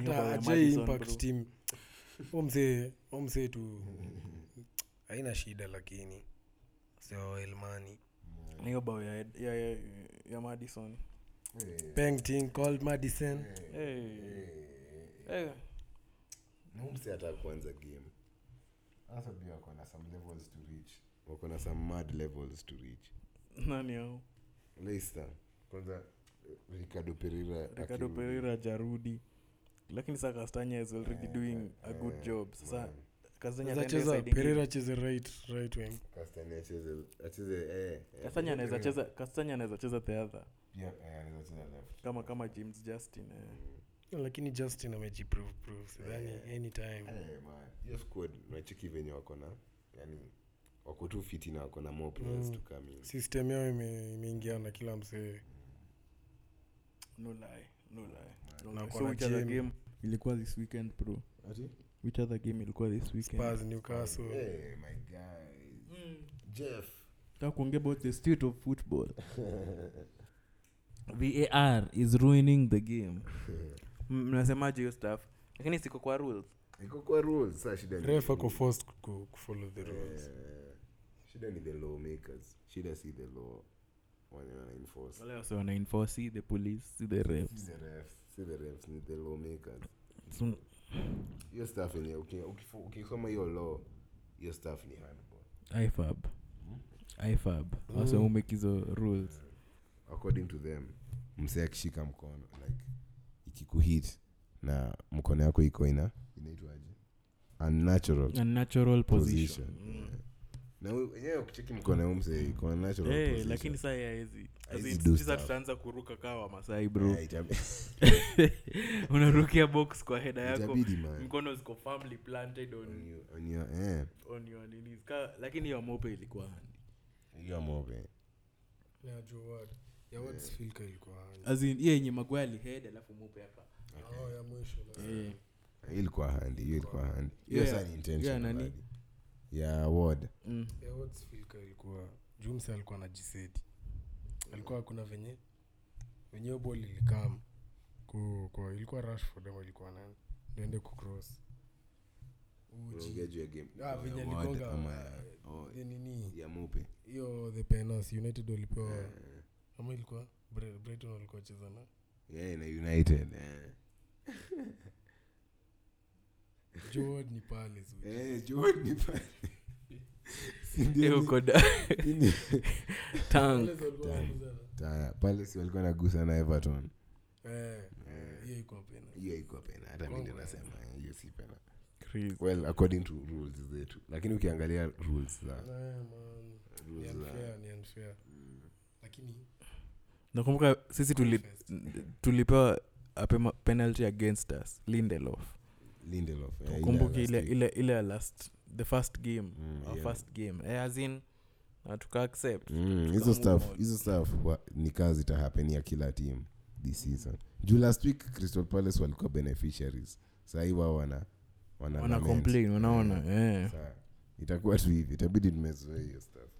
Speaker 3: Niko na
Speaker 4: hata ajai
Speaker 3: Madison, bro.
Speaker 4: impact team omsee omsee tu haina shida lakini sio elmani
Speaker 3: na hiyo bao ya, ya, ya, ya madison
Speaker 2: Eh.
Speaker 4: painting called madison
Speaker 3: hey.
Speaker 4: Eh.
Speaker 3: Hey.
Speaker 2: nomse Eh. hata kuanza game hasa pia wako na some levels to reach wako na some mad levels to reach
Speaker 3: nani ao
Speaker 2: leicester kwanza ricardo perira
Speaker 3: ricardo
Speaker 2: akirudi.
Speaker 3: pereira jarudi lakini saa kastanya is already doing a good job sasa Kastanya
Speaker 4: Sasa
Speaker 3: ataenda hiyo
Speaker 4: cheza
Speaker 3: side ingine.
Speaker 4: perera acheze right right wing
Speaker 2: Kastani acheze acheze eh, eh,
Speaker 3: Kastanya anaweza
Speaker 2: Perera.
Speaker 3: cheza kastanya anaweza cheza the other
Speaker 2: Pia, eh, anaweza cheza left.
Speaker 3: kama kama james justin eh.
Speaker 4: lakini justin amejiprove prove sidhani anytime
Speaker 2: Eh, man. hiyo squad unacheki venye wako na yani wako tu fiti na wako na more
Speaker 3: Mm.
Speaker 2: players to come in
Speaker 4: system yao ime- imeingiana kila msee
Speaker 3: no lie no lie, no
Speaker 4: Na
Speaker 3: lie.
Speaker 4: kwa
Speaker 3: so
Speaker 4: na
Speaker 3: which other
Speaker 4: Jamie.
Speaker 3: game ilikuwa this weekend bro
Speaker 2: Ati?
Speaker 3: which other game ilikuwa this weekend
Speaker 4: Spurs, newcastle
Speaker 2: Eh, my guy
Speaker 3: Mm.
Speaker 2: jeff
Speaker 3: ta kuongea about the state of football var is ruining the game M- mnasemaje hiyo staff lakini siko kwa rules
Speaker 2: iko kwa rules saa shida ni-
Speaker 4: ref ako forced ku- kufollow the rules
Speaker 2: Eh, shida ni the lawmakers shida si the law wenye wanaenforce
Speaker 3: wale wase wana enforce si the police si the ref
Speaker 2: Si the refs, si the refs ni the lawmakers
Speaker 3: so,
Speaker 2: hiyo staff yenye uki- ukifu- ukisoma hiyo law hiyo staff ni handball
Speaker 3: ifab Hmm? ifab wase umake hizo rules
Speaker 2: according to them msee akishika mkono like ikikuhit na mkono yako iko ina inaitwaje unnatural
Speaker 3: a natural position,
Speaker 2: position, yeah. na we- wenyewe ukicheki mkono ya huyu msee iko unnatural
Speaker 3: Eh,
Speaker 2: position.
Speaker 3: lakini saa yaezi
Speaker 2: Haezi do stuff.
Speaker 3: tutaanza kuruka kawa wamasai bro
Speaker 2: Eh, itab-
Speaker 3: unarukia box kwa heda yako
Speaker 2: itabidi man
Speaker 3: mkono ziko firmly planted
Speaker 2: On
Speaker 3: on,
Speaker 2: your- on your- eh,
Speaker 3: on your knees. Ka- lakini hiyo mope ilikuwa handi
Speaker 2: hiyo mobe
Speaker 4: Yeah, Joe Ward.
Speaker 2: Eh.
Speaker 4: Ya Ward Filka ilikuwa hanya.
Speaker 3: hiyo yenye magwaa alihed alafu mope hapa
Speaker 4: Oh, ya mwisho na-
Speaker 2: Eh. Hiyo ilikuwa handi hiyo ilikuwa handi hiyo
Speaker 3: Yeah.
Speaker 2: saa ni intentional
Speaker 3: Yeah, nani? Mm.
Speaker 2: hadi. ya ward
Speaker 4: ya Ward Filka ilikuwa jumse alikuwa na jisedi alikuwa hakuna venye wenyewe bol ilikam ku, kwa ilikuwa rashford ama ilikuwa nani niende kucross
Speaker 2: Unaongea juu ya game
Speaker 4: Ah, venye
Speaker 2: ya ward
Speaker 4: aligonga, eh,
Speaker 2: ama ya- oh,
Speaker 4: the nini
Speaker 2: ya mope
Speaker 4: hiyo the penas united walipewa
Speaker 2: Eh.
Speaker 4: ama ilikuwa Bre- brighton walikuwa cheza na
Speaker 2: yeah, na united eh.
Speaker 4: jod ni pale zu
Speaker 2: Eh, Jordan ni pale. Si ndio
Speaker 3: Eh,
Speaker 2: ni- ni-
Speaker 4: Palace walikuwa wanaguzana.
Speaker 2: Taya, pale si walikuwa nagusa na everton
Speaker 4: Eh, hiyo iko pena
Speaker 2: hiyo iko pena hata mi ndio nasema eh, hiyo si pena
Speaker 3: Crazy.
Speaker 2: well according to rules zetu lakini ukiangalia rules za
Speaker 4: Eh, man. Ni
Speaker 2: rules za
Speaker 4: unfair, ni unfair. Mm. Lakini
Speaker 3: nakumbuka sisi tuli, tulipewa apema penalty against us lindelof
Speaker 2: lindelof eh, ile
Speaker 3: kumbuki ile
Speaker 2: elastic.
Speaker 3: ile ile ya last the first game
Speaker 2: Mm,
Speaker 3: our
Speaker 2: yeah.
Speaker 3: first game eh, as in na tuka accept
Speaker 2: Mm, hizo stuff
Speaker 3: on.
Speaker 2: hizo stuff wa- ni kaa zitahapenia kila team this season juu last week crystal palace walikuwa beneficiaries sahii wao wana wana
Speaker 3: wana
Speaker 2: lament.
Speaker 3: complain wanaona eh.
Speaker 2: Sawa. itakuwa tu hivi itabidi tumezoea hiyo stuff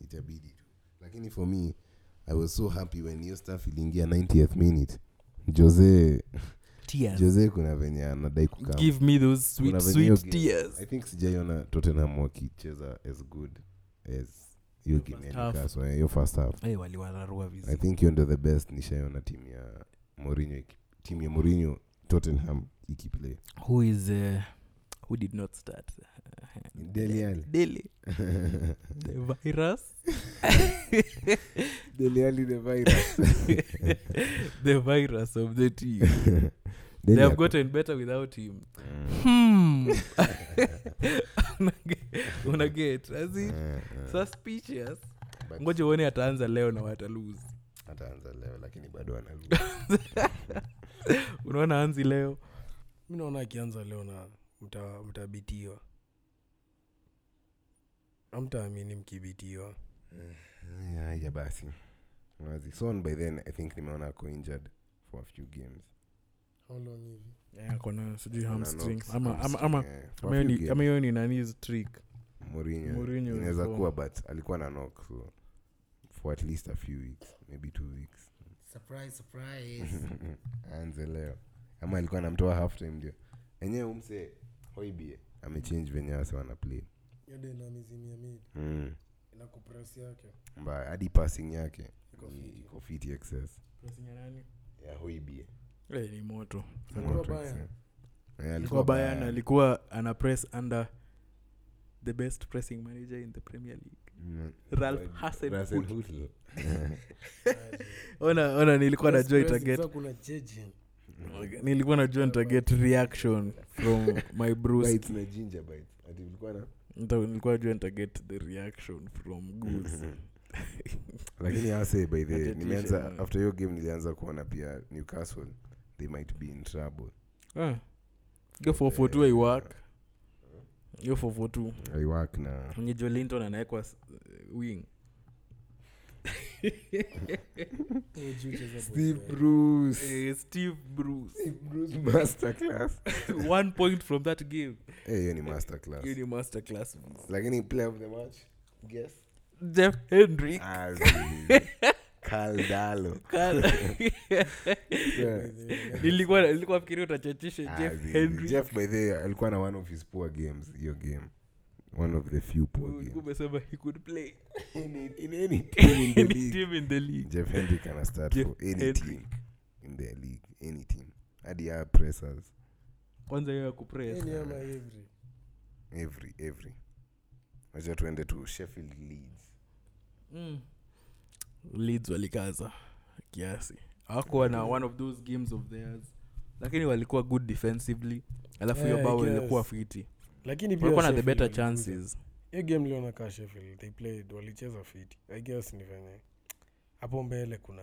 Speaker 2: itabidi tu lakini for me i was so happy when hiyo stuff iliingia 90th minute jose jose kuna venye anadai kukaa
Speaker 3: give me those
Speaker 2: Kuna
Speaker 3: sweet
Speaker 2: venye hiyo
Speaker 3: sweet
Speaker 2: game.
Speaker 3: tears
Speaker 2: i think sijaiona tottenham wakicheza as good as hiyo game ya
Speaker 3: half.
Speaker 2: Newcastle, eh, hiyo first half
Speaker 3: Eh, waliwararua vizuri.
Speaker 2: i think hiyo ndio the best nishaiona timu ya Mourinho iki- timu ya Mourinho Tottenham ikiplay
Speaker 3: who is uh, who did not start
Speaker 2: Dele Alli.
Speaker 3: Dele. the virus
Speaker 2: Dele Alli the virus
Speaker 3: the virus of the team
Speaker 2: Dele
Speaker 3: they have
Speaker 2: ako-
Speaker 3: gotten better without him
Speaker 2: Mm.
Speaker 3: hmm. una get as in
Speaker 2: Eh, eh.
Speaker 3: suspicious
Speaker 2: But-
Speaker 3: ngoja uone ataanza leo na wataluse
Speaker 2: ataanza leo lakini bado analu
Speaker 3: unaona anzi leo
Speaker 4: mi naona akianza leo na mta- mtabitiwa amtaamini mkibitiwa
Speaker 2: haya basi wazi son by then i think nimeona ako injured for a few games
Speaker 3: kona sijui
Speaker 2: Ana
Speaker 3: hamstring
Speaker 2: knocks,
Speaker 3: ama ama
Speaker 2: hamstring,
Speaker 3: ama
Speaker 2: eh, for a
Speaker 3: ama
Speaker 2: few
Speaker 3: hiyo ni-
Speaker 2: games.
Speaker 3: ama hiyo ni nani trick
Speaker 2: Mourinho.
Speaker 3: Mourinho
Speaker 2: inaweza
Speaker 3: alikuwa-
Speaker 2: kuwa but alikuwa na knock so for at least a few weeks maybe two weeks aanze leo ama alikuwa anamtoa half time ndio enyewe umse hoibie amechange venye wase wana play mm.
Speaker 4: inakupres yake
Speaker 2: mbaya hadi passing yake ni- iko fiti excess ya hoibie
Speaker 3: Eh, ni moto
Speaker 2: Moto
Speaker 4: Bayern.
Speaker 2: excess. Eh, alikuwa
Speaker 3: alikuwa bayan
Speaker 2: Bayern.
Speaker 3: alikuwa ana press under the best pressing manager in the premier league
Speaker 2: Hmm.
Speaker 3: Ralph
Speaker 2: Ralph
Speaker 3: Hasenhuttl.
Speaker 2: Russell Hoodle.
Speaker 3: ona ona nilikuwa najua
Speaker 4: Press,
Speaker 3: itaget
Speaker 4: sasa kuna cheji
Speaker 3: nilikuwa najua nitaget reaction from my bruce
Speaker 2: Bites na ginger bites. Ati ulikuwa na-
Speaker 3: Nita- nilikuwa najua nitaget the reaction from goose
Speaker 2: Hmm. Mm-hmm. lakini ase by
Speaker 3: Ati
Speaker 2: the
Speaker 3: ati
Speaker 2: nimeanza
Speaker 3: shit.
Speaker 2: after hiyo game nilianza kuona pia newcastle they might be in trouble
Speaker 3: ah. yo 442 aiwak yo 442
Speaker 2: iwak na
Speaker 3: mwenye jolinton anawekwa s- eh, wing
Speaker 2: steve bruce
Speaker 3: Eh, steve bruce
Speaker 2: Steve Bruce masterclass
Speaker 3: one point from that game
Speaker 2: Eh, hiyo ni masterclass
Speaker 3: hiyo ni master class
Speaker 2: lakini player of the match guess
Speaker 3: jeff henry
Speaker 2: Azi. Kaldalo. Yeah. Ah,
Speaker 3: nilikuwa nilikuwa fikiria utachachisha jeff
Speaker 2: Azi.
Speaker 3: henry
Speaker 2: Jeff by the way, alikuwa na one of his poor games hiyo game one of the few poor
Speaker 3: Ulikuwa
Speaker 2: games
Speaker 3: umesema he could play
Speaker 2: in, in any team in the
Speaker 3: any
Speaker 2: league
Speaker 3: team in the league
Speaker 2: Jeff Hendrick can start
Speaker 3: Jeff
Speaker 2: for any
Speaker 3: Hendrick.
Speaker 2: team in the league, any team. Hadi ya pressers
Speaker 3: kwanza hiyo ya kupress
Speaker 4: niama every
Speaker 2: every every. Wacha tuende to Sheffield Leeds.
Speaker 3: mm. leads walikaza kiasi hawakuwa na one of those games of theirs lakini walikuwa good defensively alafu hiyo
Speaker 4: Yeah, I
Speaker 3: bao
Speaker 4: guess.
Speaker 3: ilikuwa fiti
Speaker 4: lakini pia
Speaker 3: walikuwa na the
Speaker 4: Sheffield
Speaker 3: better
Speaker 4: walikuja.
Speaker 3: chances
Speaker 4: hiyo game liona kaa sheffield they played walicheza fit i guess ni venye hapo mbele kuna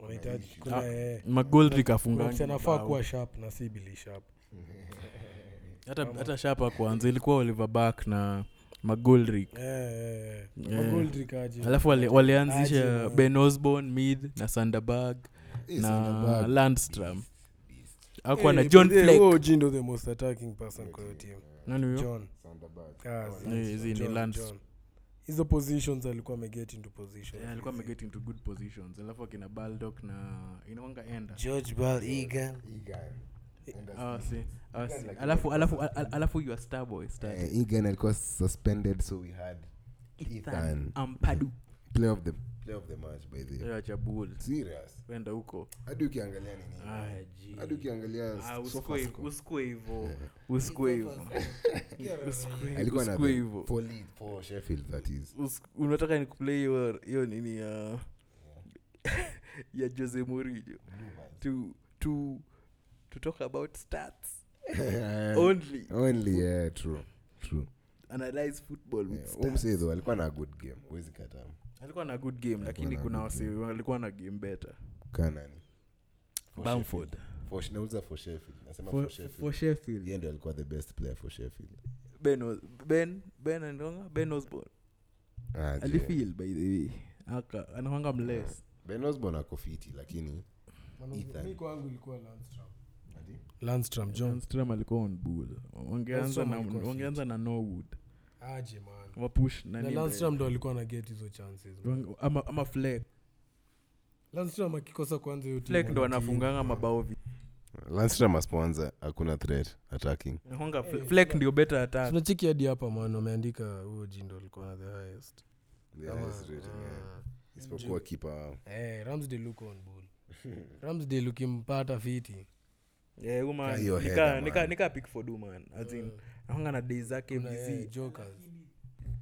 Speaker 4: wanahitaji
Speaker 2: issue.
Speaker 4: kuna
Speaker 3: Ah,
Speaker 4: eh,
Speaker 3: magoldrick
Speaker 4: kuna
Speaker 3: afungangi
Speaker 4: msichana anafaa
Speaker 3: mabao.
Speaker 4: kuwa sharp na si bili sharp
Speaker 3: hata, hata shapa kwanza ilikuwa oliver back na magoldrick
Speaker 4: Eh, eh, eh.
Speaker 3: Yeah.
Speaker 4: Magoldrick aje.
Speaker 3: alafu wale, walianzisha
Speaker 4: Aje.
Speaker 3: ben osborn mid na sanderberg na landstram akuwa na
Speaker 4: Eh,
Speaker 3: john
Speaker 4: eh,
Speaker 3: Fleck.
Speaker 4: huo Oji ndo the most attacking person kwa hiyo team
Speaker 3: Nani huyo?
Speaker 4: john Ah,
Speaker 3: John. Eh, hizi ni
Speaker 4: John,
Speaker 3: lands.
Speaker 4: John. hizo positions alikuwa ameget into position
Speaker 3: Yeah, Eh, alikuwa ameget into good positions alafu akina baldock na inakwanga enda
Speaker 5: george bal egan
Speaker 3: Ah, see, ah, see. alafu alafu al- al- alafu your star boy star
Speaker 2: Eh, Egan alikuwa suspended so we had
Speaker 3: Ethan
Speaker 2: Ethan.
Speaker 3: Ampadu.
Speaker 2: play of the play of the match by the way.
Speaker 3: Yeah, cha Bulls.
Speaker 2: Serious.
Speaker 3: Wenda huko
Speaker 2: Hadi ukiangalia ni nini?
Speaker 3: Ah, gee.
Speaker 2: Hadi ukiangalia
Speaker 3: Ah,
Speaker 2: sofa
Speaker 3: usikue-
Speaker 2: score.
Speaker 3: usikue hivo usikue hivo Usikue-
Speaker 2: alikuwa na
Speaker 3: usikue
Speaker 2: the-
Speaker 3: hivo
Speaker 2: for Leeds, for Sheffield that is.
Speaker 3: Usi- unataka nikuplay hiyo hiyo nini ya ya jose morijo to to to talk about stats
Speaker 2: Eh.
Speaker 3: only
Speaker 2: Only yeah, true. True.
Speaker 3: analyze football with
Speaker 2: Yeah,
Speaker 3: stats.
Speaker 2: Omse though alikuwa na good game. Huwezi kataa.
Speaker 3: alikuwa na good game lakini
Speaker 2: na
Speaker 3: kuna
Speaker 2: good
Speaker 3: wasi walikuwa na game better
Speaker 2: Kaa nani? For
Speaker 3: Bamford.
Speaker 2: Sheffield. For- nauliza for Sheffield. Nasema for Sheffield. Yeye ndio alikuwa the best player for Sheffield.
Speaker 3: ben, Os- ben, ben andonga ben osborn
Speaker 2: Ah, je.
Speaker 3: alifil by the way aka anakwanga mles
Speaker 2: Ben Osborne ako fiti lakini Ethan.
Speaker 4: Mi kwangu ilikuwa Landstram. Landstram, John.
Speaker 3: johnstram alikuwa on bull wangeanza
Speaker 4: Johnstone
Speaker 3: na,
Speaker 4: alikuwa fit.
Speaker 3: wangeanza na norwood
Speaker 4: aje man
Speaker 3: wapush
Speaker 4: na
Speaker 3: nani
Speaker 4: Landstram ndo alikuwa na get hizo chances man.
Speaker 3: Wange- ama, ama flek
Speaker 4: Landstram akikosa kwanza hiyo team
Speaker 3: flek ndo
Speaker 4: wana team.
Speaker 3: anafunganga mabao vi
Speaker 2: Landstram asponza hakuna threat attacking.
Speaker 3: Anakuwanga
Speaker 4: Eh,
Speaker 3: Fle- flek ndio better attack
Speaker 4: tunacheki hadi hapa man wameandika huo jindo alikuwa na the highest
Speaker 2: The highest rating. Yeah. Ah. Isipokuwa keeper wao.
Speaker 4: hey, ramsdale uko on bull ramsdale ukimpata fiti
Speaker 3: yeah, uma
Speaker 2: Kaa hiyo
Speaker 3: Eh, nika-
Speaker 2: header,
Speaker 3: nika
Speaker 2: man.
Speaker 3: nika pick for do man as in anakuwanga na day zake
Speaker 4: Eh. Kuna, eh,
Speaker 3: busy
Speaker 4: jokers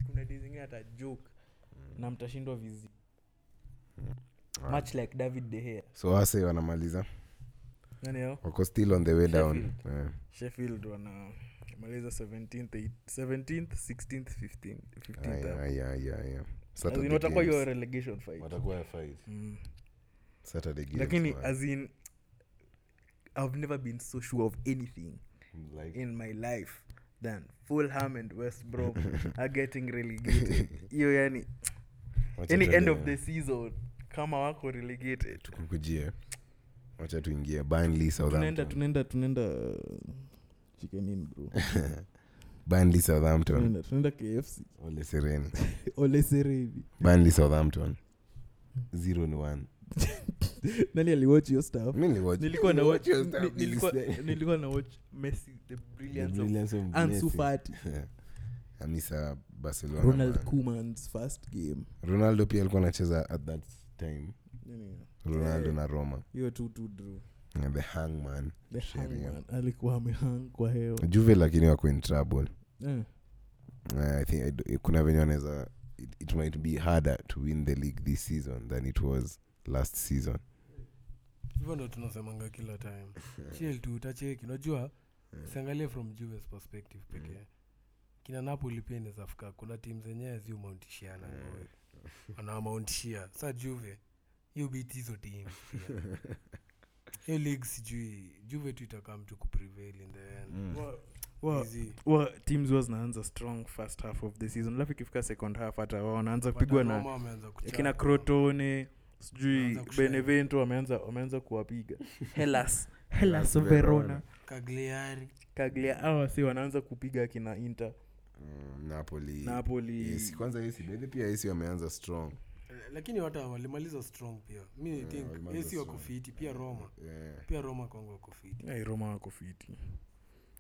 Speaker 3: kuna day zingine hata joke na mtashindwa vizi much like david dehea
Speaker 2: So Ase wanamaliza.
Speaker 3: naneo
Speaker 2: Wako still on the way down. Yeah.
Speaker 3: sheffield wana maliza 17th 17th, 16th 15th, 15th
Speaker 2: Aya,
Speaker 3: up.
Speaker 2: aya, aya, aya.
Speaker 3: As in
Speaker 2: Saturday
Speaker 3: Yaani watakuwa hiyo
Speaker 2: games.
Speaker 3: relegation fight
Speaker 2: Watakuwa fight.
Speaker 3: Mm.
Speaker 2: Saturday games.
Speaker 3: lakini
Speaker 2: man.
Speaker 3: as in i've never been so sure of anything
Speaker 2: like
Speaker 3: in my life than fulham and west brom are getting relegated hiyo yani
Speaker 2: wacha
Speaker 3: any end
Speaker 2: tuende-
Speaker 3: of the season kama wako relegated
Speaker 2: tukukujie wacha tuingie Burnley,
Speaker 3: tunaenda
Speaker 2: Southampton.
Speaker 3: tunaenda tunaenda uh, chikenini bro
Speaker 2: Burnley, Southampton.
Speaker 3: tunaenda tunaenda kfc
Speaker 2: Ole Sereni.
Speaker 3: oleserevi
Speaker 2: Burnley, Southampton. Zero ni one.
Speaker 3: nani aliwatch hiyo staff
Speaker 2: Mi niliwatch-
Speaker 3: nilikuwa na watch
Speaker 2: niliwatch hiyo
Speaker 3: ni-
Speaker 2: stuff,
Speaker 3: nilikuwa
Speaker 2: nilisema.
Speaker 3: nilikuwa na watch Messi the
Speaker 2: The
Speaker 3: brilliance of
Speaker 2: brilliance of
Speaker 3: Ansu
Speaker 2: Messi.
Speaker 3: Fati
Speaker 2: Yeah. Amisa Barcelona.
Speaker 3: Ronald
Speaker 2: man.
Speaker 3: Koeman's first game
Speaker 2: Ronaldo pia alikuwa anacheza at that time.
Speaker 3: Nini?
Speaker 2: Ronaldo na Roma.
Speaker 3: hiyo tu tu draw
Speaker 2: Yeah, the hangman.
Speaker 3: the
Speaker 2: Sheria.
Speaker 3: hangman alikuwa amehang kwa hewa
Speaker 2: Juve lakini wako in trouble.
Speaker 3: eh.
Speaker 2: Uh, I think I d- kuna venye wanaweza it, it might be harder to win the league this season than it was last season
Speaker 4: hivyo ndo tunasemanga kila time chill tu utacheki unajua
Speaker 2: Mm.
Speaker 4: usiangalie from juves perspective pekee kina napoli pia inaweza fika kuna timu zenyewe ziu mauntishiana ngoe
Speaker 2: Mm.
Speaker 4: anawamaunishia sa juve hiyo biti hizo timu pia. hiyo league sijui juve tu itakam tu kuprevail in the end
Speaker 3: Wa- wa-
Speaker 4: Easy.
Speaker 3: wa teams huwa zinaanza strong first half of the season alafu ikifika second half hata wao wanaanza kupigwa na
Speaker 4: Watanoma wameanza kuchapa.
Speaker 3: akina crotone sijui
Speaker 4: Wameanza kushine.
Speaker 3: benevento wameanza wameanza kuwapiga helas helas verona
Speaker 4: Cagliari.
Speaker 3: kaglia awasi wanaanza kupiga akina inter
Speaker 2: mm, napoli
Speaker 3: napoli
Speaker 2: AC, kwanza AC, maybe pia AC wameanza strong
Speaker 4: Eh, lakini wata walimaliza strong pia mi think
Speaker 2: walimaliza
Speaker 4: ac wako
Speaker 2: strong.
Speaker 4: fiti pia roma
Speaker 2: yeah.
Speaker 4: pia roma kwangu wako fiti
Speaker 3: Hey, roma wako fiti they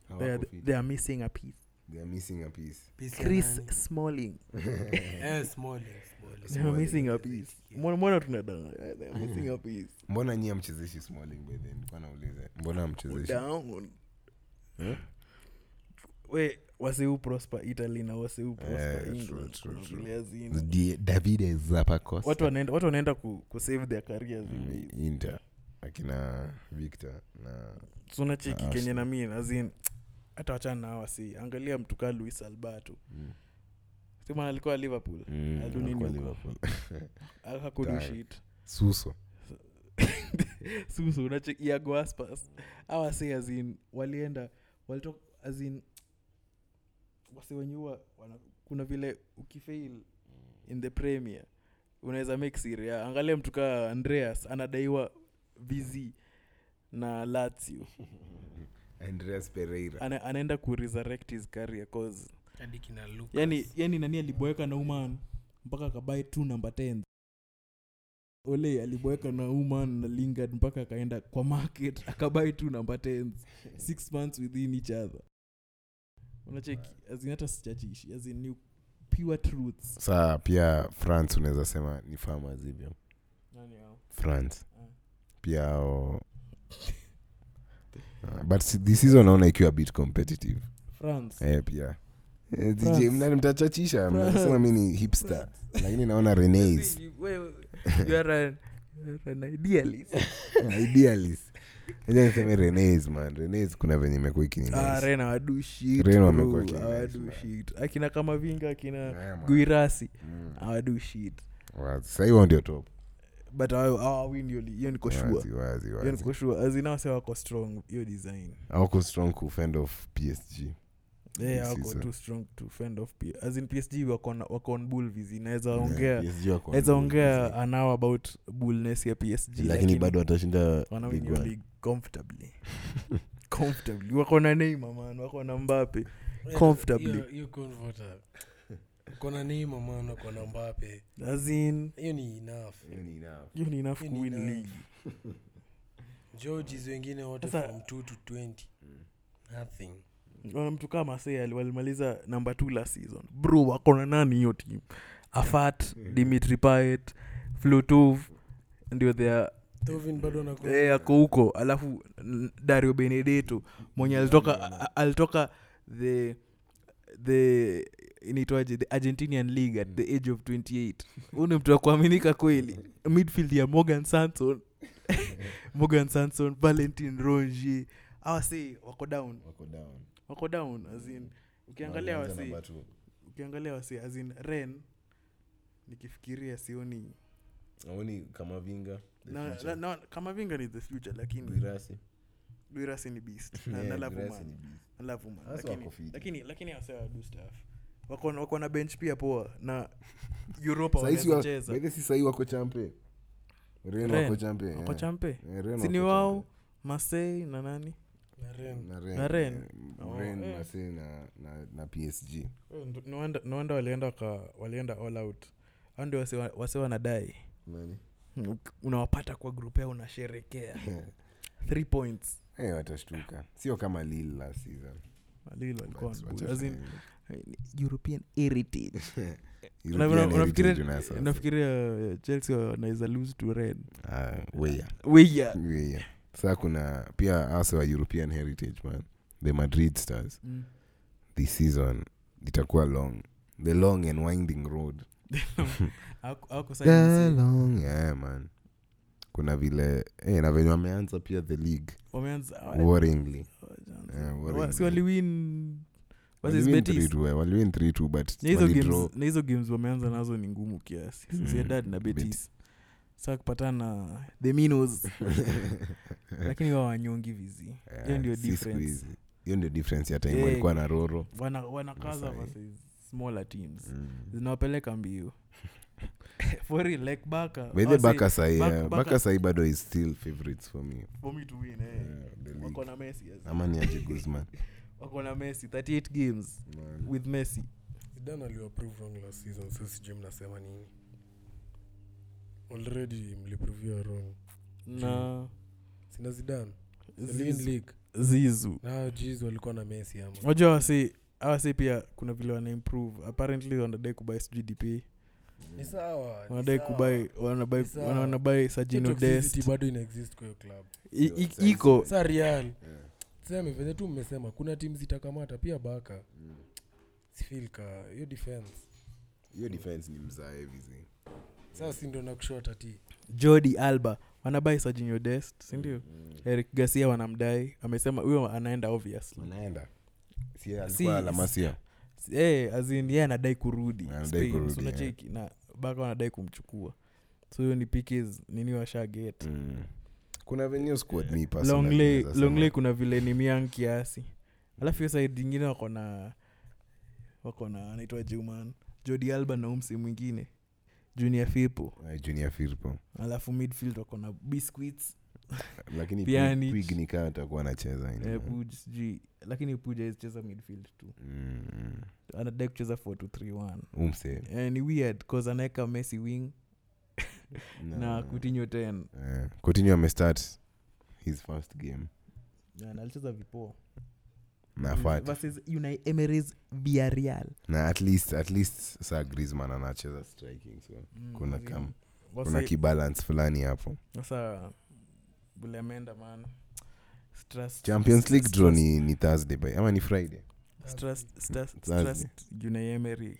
Speaker 2: Hawako
Speaker 3: are,
Speaker 2: fit.
Speaker 3: they are missing a piece
Speaker 2: They are missing a piece
Speaker 4: Pisi ya
Speaker 3: chris
Speaker 4: nani?
Speaker 3: smalling
Speaker 4: Eh, Smalling, Smalling.
Speaker 3: they are missing a piece Mbona- mbona tunadanga they
Speaker 2: Mm-hmm.
Speaker 3: are missing a piece
Speaker 2: mbona nyie amchezeshi smalling by then nilikuwa nauliza mbona amchezeshi
Speaker 3: down we waseu prosper italy na waseu prosper
Speaker 2: Eh,
Speaker 3: England.
Speaker 2: true, true, true.
Speaker 3: Unaangalia zina.
Speaker 2: Die- davide zapacosta
Speaker 3: watu wanaenda watu wanaenda ku, ku save their careers in
Speaker 2: Mm,
Speaker 3: it.
Speaker 2: inter akina victor na
Speaker 3: So unacheki
Speaker 2: Ah,
Speaker 3: kenye na mimi azin hata wachana na hawa si angalia mtu kaa luis alberto
Speaker 2: Mm.
Speaker 3: simana alikuwa liverpool
Speaker 2: Mm,
Speaker 3: Adu nini
Speaker 2: alikuwa
Speaker 3: huko?
Speaker 2: Liverpool.
Speaker 3: akakudu
Speaker 2: Tired.
Speaker 3: shit
Speaker 2: suso
Speaker 3: susu unacheki iago aspas hawa si azin walienda walitoka azin wasi wenyeua kuna vile ukifail in the premier unaweza make siria angalia mtu kaa andreas anadaiwa vz na lazio
Speaker 2: andreas pereira
Speaker 3: Ana, anaenda kuresurrect his career cause
Speaker 4: Hadi kina Lucas.
Speaker 3: yani, yani Yaani, nani aliboeka na uman mpaka akabae tu namba 10 ole aliboeka na uman na lingard mpaka akaenda kwa market akabae tu namba 10 six months within each other unacheki azin hata sichachishi azin ni pure truths
Speaker 2: saa pia france unaweza sema ni farmers hivyo france
Speaker 3: Mm.
Speaker 2: pia ao Ah, but si- this season naona ikiwa a bit competitive
Speaker 3: france
Speaker 2: eh, pia Eh, DJ,
Speaker 3: France.
Speaker 2: mna- mtachachisha mnasema mi ni hipster lakini naona renes idealist Acha niseme renes man renes kuna venye imekuwa ikinirena
Speaker 3: rena wadushi
Speaker 2: Rena wamekuwa kina nice, man.
Speaker 3: awadushit akina kama vinga akina guirasi
Speaker 2: Mm,
Speaker 3: awadushit
Speaker 2: sahii wao ndio top
Speaker 3: but hawa- hawawin hiyo li- hiyo niko sure
Speaker 2: wazi wazi
Speaker 3: hiyo
Speaker 2: wazi
Speaker 3: niko sure azinawase wako strong hiyo design
Speaker 2: awako strong kufend of psg
Speaker 3: Eh,
Speaker 2: Yes,
Speaker 3: wako
Speaker 2: sir.
Speaker 3: too strong to fend off P- as in psg wako na- wako on bull vizi naweza
Speaker 2: Yeah,
Speaker 3: ongea
Speaker 2: PSG wako
Speaker 3: naweza
Speaker 2: on
Speaker 3: ongea
Speaker 2: good
Speaker 3: an hour about bullness ya psg
Speaker 2: lakini bado watashinda
Speaker 3: wanawin
Speaker 2: League
Speaker 3: hiyo
Speaker 2: One.
Speaker 3: league comfortably comfortably wako na neima man wako na mbape
Speaker 4: Eh,
Speaker 3: comfortably.
Speaker 4: hiyo- hiyo converter. uko na neima man uko na mbape
Speaker 3: azin
Speaker 4: hiyo ni enough
Speaker 3: hiyo ni enough
Speaker 4: Hiyo
Speaker 3: kuwin
Speaker 4: ni enough.
Speaker 3: league
Speaker 4: georges wengine wote
Speaker 3: Sasa- Mm.
Speaker 4: from 2 to 20 nothing
Speaker 3: Wana mtu kama se walimaliza namba t last season bro wako na nani hiyo team afat dimitri payet flutov ndio thea
Speaker 4: tovin bado anakuwa-
Speaker 3: eh, ako huko alafu n- dario benedetto mwenye alitoka a- alitoka the the inaitwaje the argentinian league at the age of 28 huu ni mtu wa kuaminika kweli midfield ya morgan sanson morgan sanson valentin rongier awasi wako down
Speaker 2: Wako down.
Speaker 3: wako down azin ukiangalia
Speaker 2: Walianza
Speaker 3: wasi
Speaker 2: namba two.
Speaker 3: ukiangalia wasi azin ren nikifikiria sioni
Speaker 2: Haoni kama vinga the
Speaker 3: na,
Speaker 2: future.
Speaker 3: na, na, kama vinga ni the future lakini
Speaker 2: Guirassy.
Speaker 3: duirasi ni beast Na-
Speaker 2: Yeah,
Speaker 3: na love
Speaker 2: Guirassy
Speaker 3: man.
Speaker 2: ni beast.
Speaker 3: I love woman.
Speaker 2: Hasa
Speaker 3: Lakini-
Speaker 2: wako fit.
Speaker 3: lakini lakini wasewa do stuff wako na- wako na bench pia poa na europa
Speaker 2: Sahii si wa- by
Speaker 3: wanacheza
Speaker 2: the way, si sahii wako champe Ren
Speaker 3: Ren,
Speaker 2: wako champe,
Speaker 3: wako
Speaker 2: eh.
Speaker 3: champe
Speaker 2: Eh, Ren
Speaker 3: sini
Speaker 2: wako
Speaker 3: wao masei na nani
Speaker 4: na
Speaker 2: champe.
Speaker 4: Ren.
Speaker 2: Na Ren,
Speaker 3: Na Ren.
Speaker 2: eh,
Speaker 3: Oh,
Speaker 2: Ren,
Speaker 3: eh.
Speaker 2: Marseille na- na- na psg
Speaker 3: noenda walienda waka- walienda all out au ndio wase- wase wanadai
Speaker 2: Nani?
Speaker 3: Uk- unawapata kwa grup yao unasherekea three points
Speaker 2: Eh, watashtuka sio kama lil last season
Speaker 3: Lille walikuwa
Speaker 2: But
Speaker 3: on
Speaker 2: wacha
Speaker 3: bull. As in,
Speaker 2: tuone.
Speaker 3: eh, european heritage
Speaker 2: European
Speaker 3: Una- una-
Speaker 2: heritage
Speaker 3: unafikiria-
Speaker 2: unasa.
Speaker 3: nafikiria uh, chelsea wanaweza lose to red
Speaker 2: Ah, weya.
Speaker 3: weya
Speaker 2: Weya. saa kuna pia ase wa european heritage man the madrid stars
Speaker 3: mm.
Speaker 2: this season litakuwa long the long and winding road
Speaker 3: Hawaku- hawakusign
Speaker 2: the
Speaker 3: msee.
Speaker 2: long yeah, man kuna vile eh, na venye wameanza pia the league
Speaker 3: Wameanza- wa-
Speaker 2: worryingly
Speaker 3: wameanza.
Speaker 2: Yeah,
Speaker 3: Wa- si
Speaker 2: worryingly.
Speaker 3: waliwin versus
Speaker 2: Waliwin
Speaker 3: Betis.
Speaker 2: 3-2, eh, waliwin 3-2, but
Speaker 3: Na hizo
Speaker 2: walidraw.
Speaker 3: games- na hizo games wameanza nazo ni ngumu kiasi
Speaker 2: Mm.
Speaker 3: sociedad na
Speaker 2: Betis.
Speaker 3: betis sa kupatana na the minos lakini wa wanyongi vizi
Speaker 2: Yeah,
Speaker 3: hiyo ndio
Speaker 2: Eh, si siku
Speaker 3: difference Eh,
Speaker 2: hizi. hiyo ndio difference ya time
Speaker 3: Yeah.
Speaker 2: walikuwa na roro
Speaker 3: Wana- wanakaza
Speaker 2: Masai.
Speaker 3: versus smaller teams
Speaker 2: Mm.
Speaker 3: zinawapeleka mbio fori like baka
Speaker 2: by the baka sahi
Speaker 3: Oh, Baka-
Speaker 2: yeah,
Speaker 3: Baka-
Speaker 2: baka sahi bado is still favorites for me
Speaker 3: for me to win eh.
Speaker 2: Yeah, the league.
Speaker 3: wako na messi yes.
Speaker 2: ama ni aje Guzman
Speaker 3: wako na messi 38 games
Speaker 2: Man.
Speaker 3: with messi
Speaker 4: Zidane aliwaprove wrong last season so sijui mnasema nini already mliproviwa wrong
Speaker 3: na
Speaker 4: sina zidan
Speaker 3: Zizu.
Speaker 4: league
Speaker 3: zizu
Speaker 4: na jis walikuwa na mesi ama
Speaker 3: unajua wasi awasi pia kuna vile wanaimprove apparently wanadai kubai sijui dp
Speaker 4: ni sawa ni
Speaker 3: wanadai
Speaker 4: sawa.
Speaker 3: kubai wanabai
Speaker 4: Ni sawa.
Speaker 3: wanabai
Speaker 4: Hiyo
Speaker 3: sajino
Speaker 4: toxicity
Speaker 3: dest
Speaker 4: bado inaexist kwa hiyo club
Speaker 3: I- i- iko
Speaker 4: sa real seme venye tu mmesema kuna tim zitakamata pia baka
Speaker 3: Hmm.
Speaker 4: sifil ka hiyo defense
Speaker 2: hiyo defense ni mzae vizi
Speaker 4: saa si ndo nakushota ti
Speaker 3: jodi alba wanabai sajino dest sindio
Speaker 2: Mm.
Speaker 3: eric gasia wanamdai amesema huyo anaenda obviously
Speaker 2: mnaenda si
Speaker 3: Si-
Speaker 2: alikuwa alama sio
Speaker 3: hey, azin ye anadai kurudi
Speaker 2: Anadai
Speaker 3: Spain,
Speaker 2: kurudi,
Speaker 3: so unacheki na baka wanadai kumchukua so hiyo ni pikes nini washaget
Speaker 2: Mm. kuna venue squad mi personally
Speaker 3: longley
Speaker 2: naweza sema.
Speaker 3: longley kuna vile ni miang kiasi alafu hiyo side ingine wako na wako na anaitwa juman jodi alba na umsi mwingine junior fipo
Speaker 2: Ah, junior firpo
Speaker 3: alafu midfield wako na biscuits
Speaker 2: lakini
Speaker 3: Pjanic.
Speaker 2: Puig ni kaa atakuwa anacheza anyway.
Speaker 3: eh, puj sijui lakini puj aicheza midfield tu
Speaker 2: Mm, mm.
Speaker 3: anadai kucheza 4231
Speaker 2: Huu mse-
Speaker 3: eh, ni weird cause anaweka messi wing
Speaker 2: no.
Speaker 3: na kutinyo 10
Speaker 2: Eh, Coutinho amestart his first game
Speaker 3: Na alicheza vipoa
Speaker 2: na fati
Speaker 3: versus Unai Emery's Villarreal.
Speaker 2: na at least at least sa grisman anacheza striking so Kuna
Speaker 3: Mm,
Speaker 2: kam-
Speaker 3: wasi-
Speaker 2: kuna kibalance fulani hapo
Speaker 3: sasa vile ameenda man Stress-
Speaker 2: champions league
Speaker 3: stress-
Speaker 2: draw ni, ni thursday by ama ni friday
Speaker 3: stress- stress-
Speaker 2: Thursday.
Speaker 3: stress Unai Emery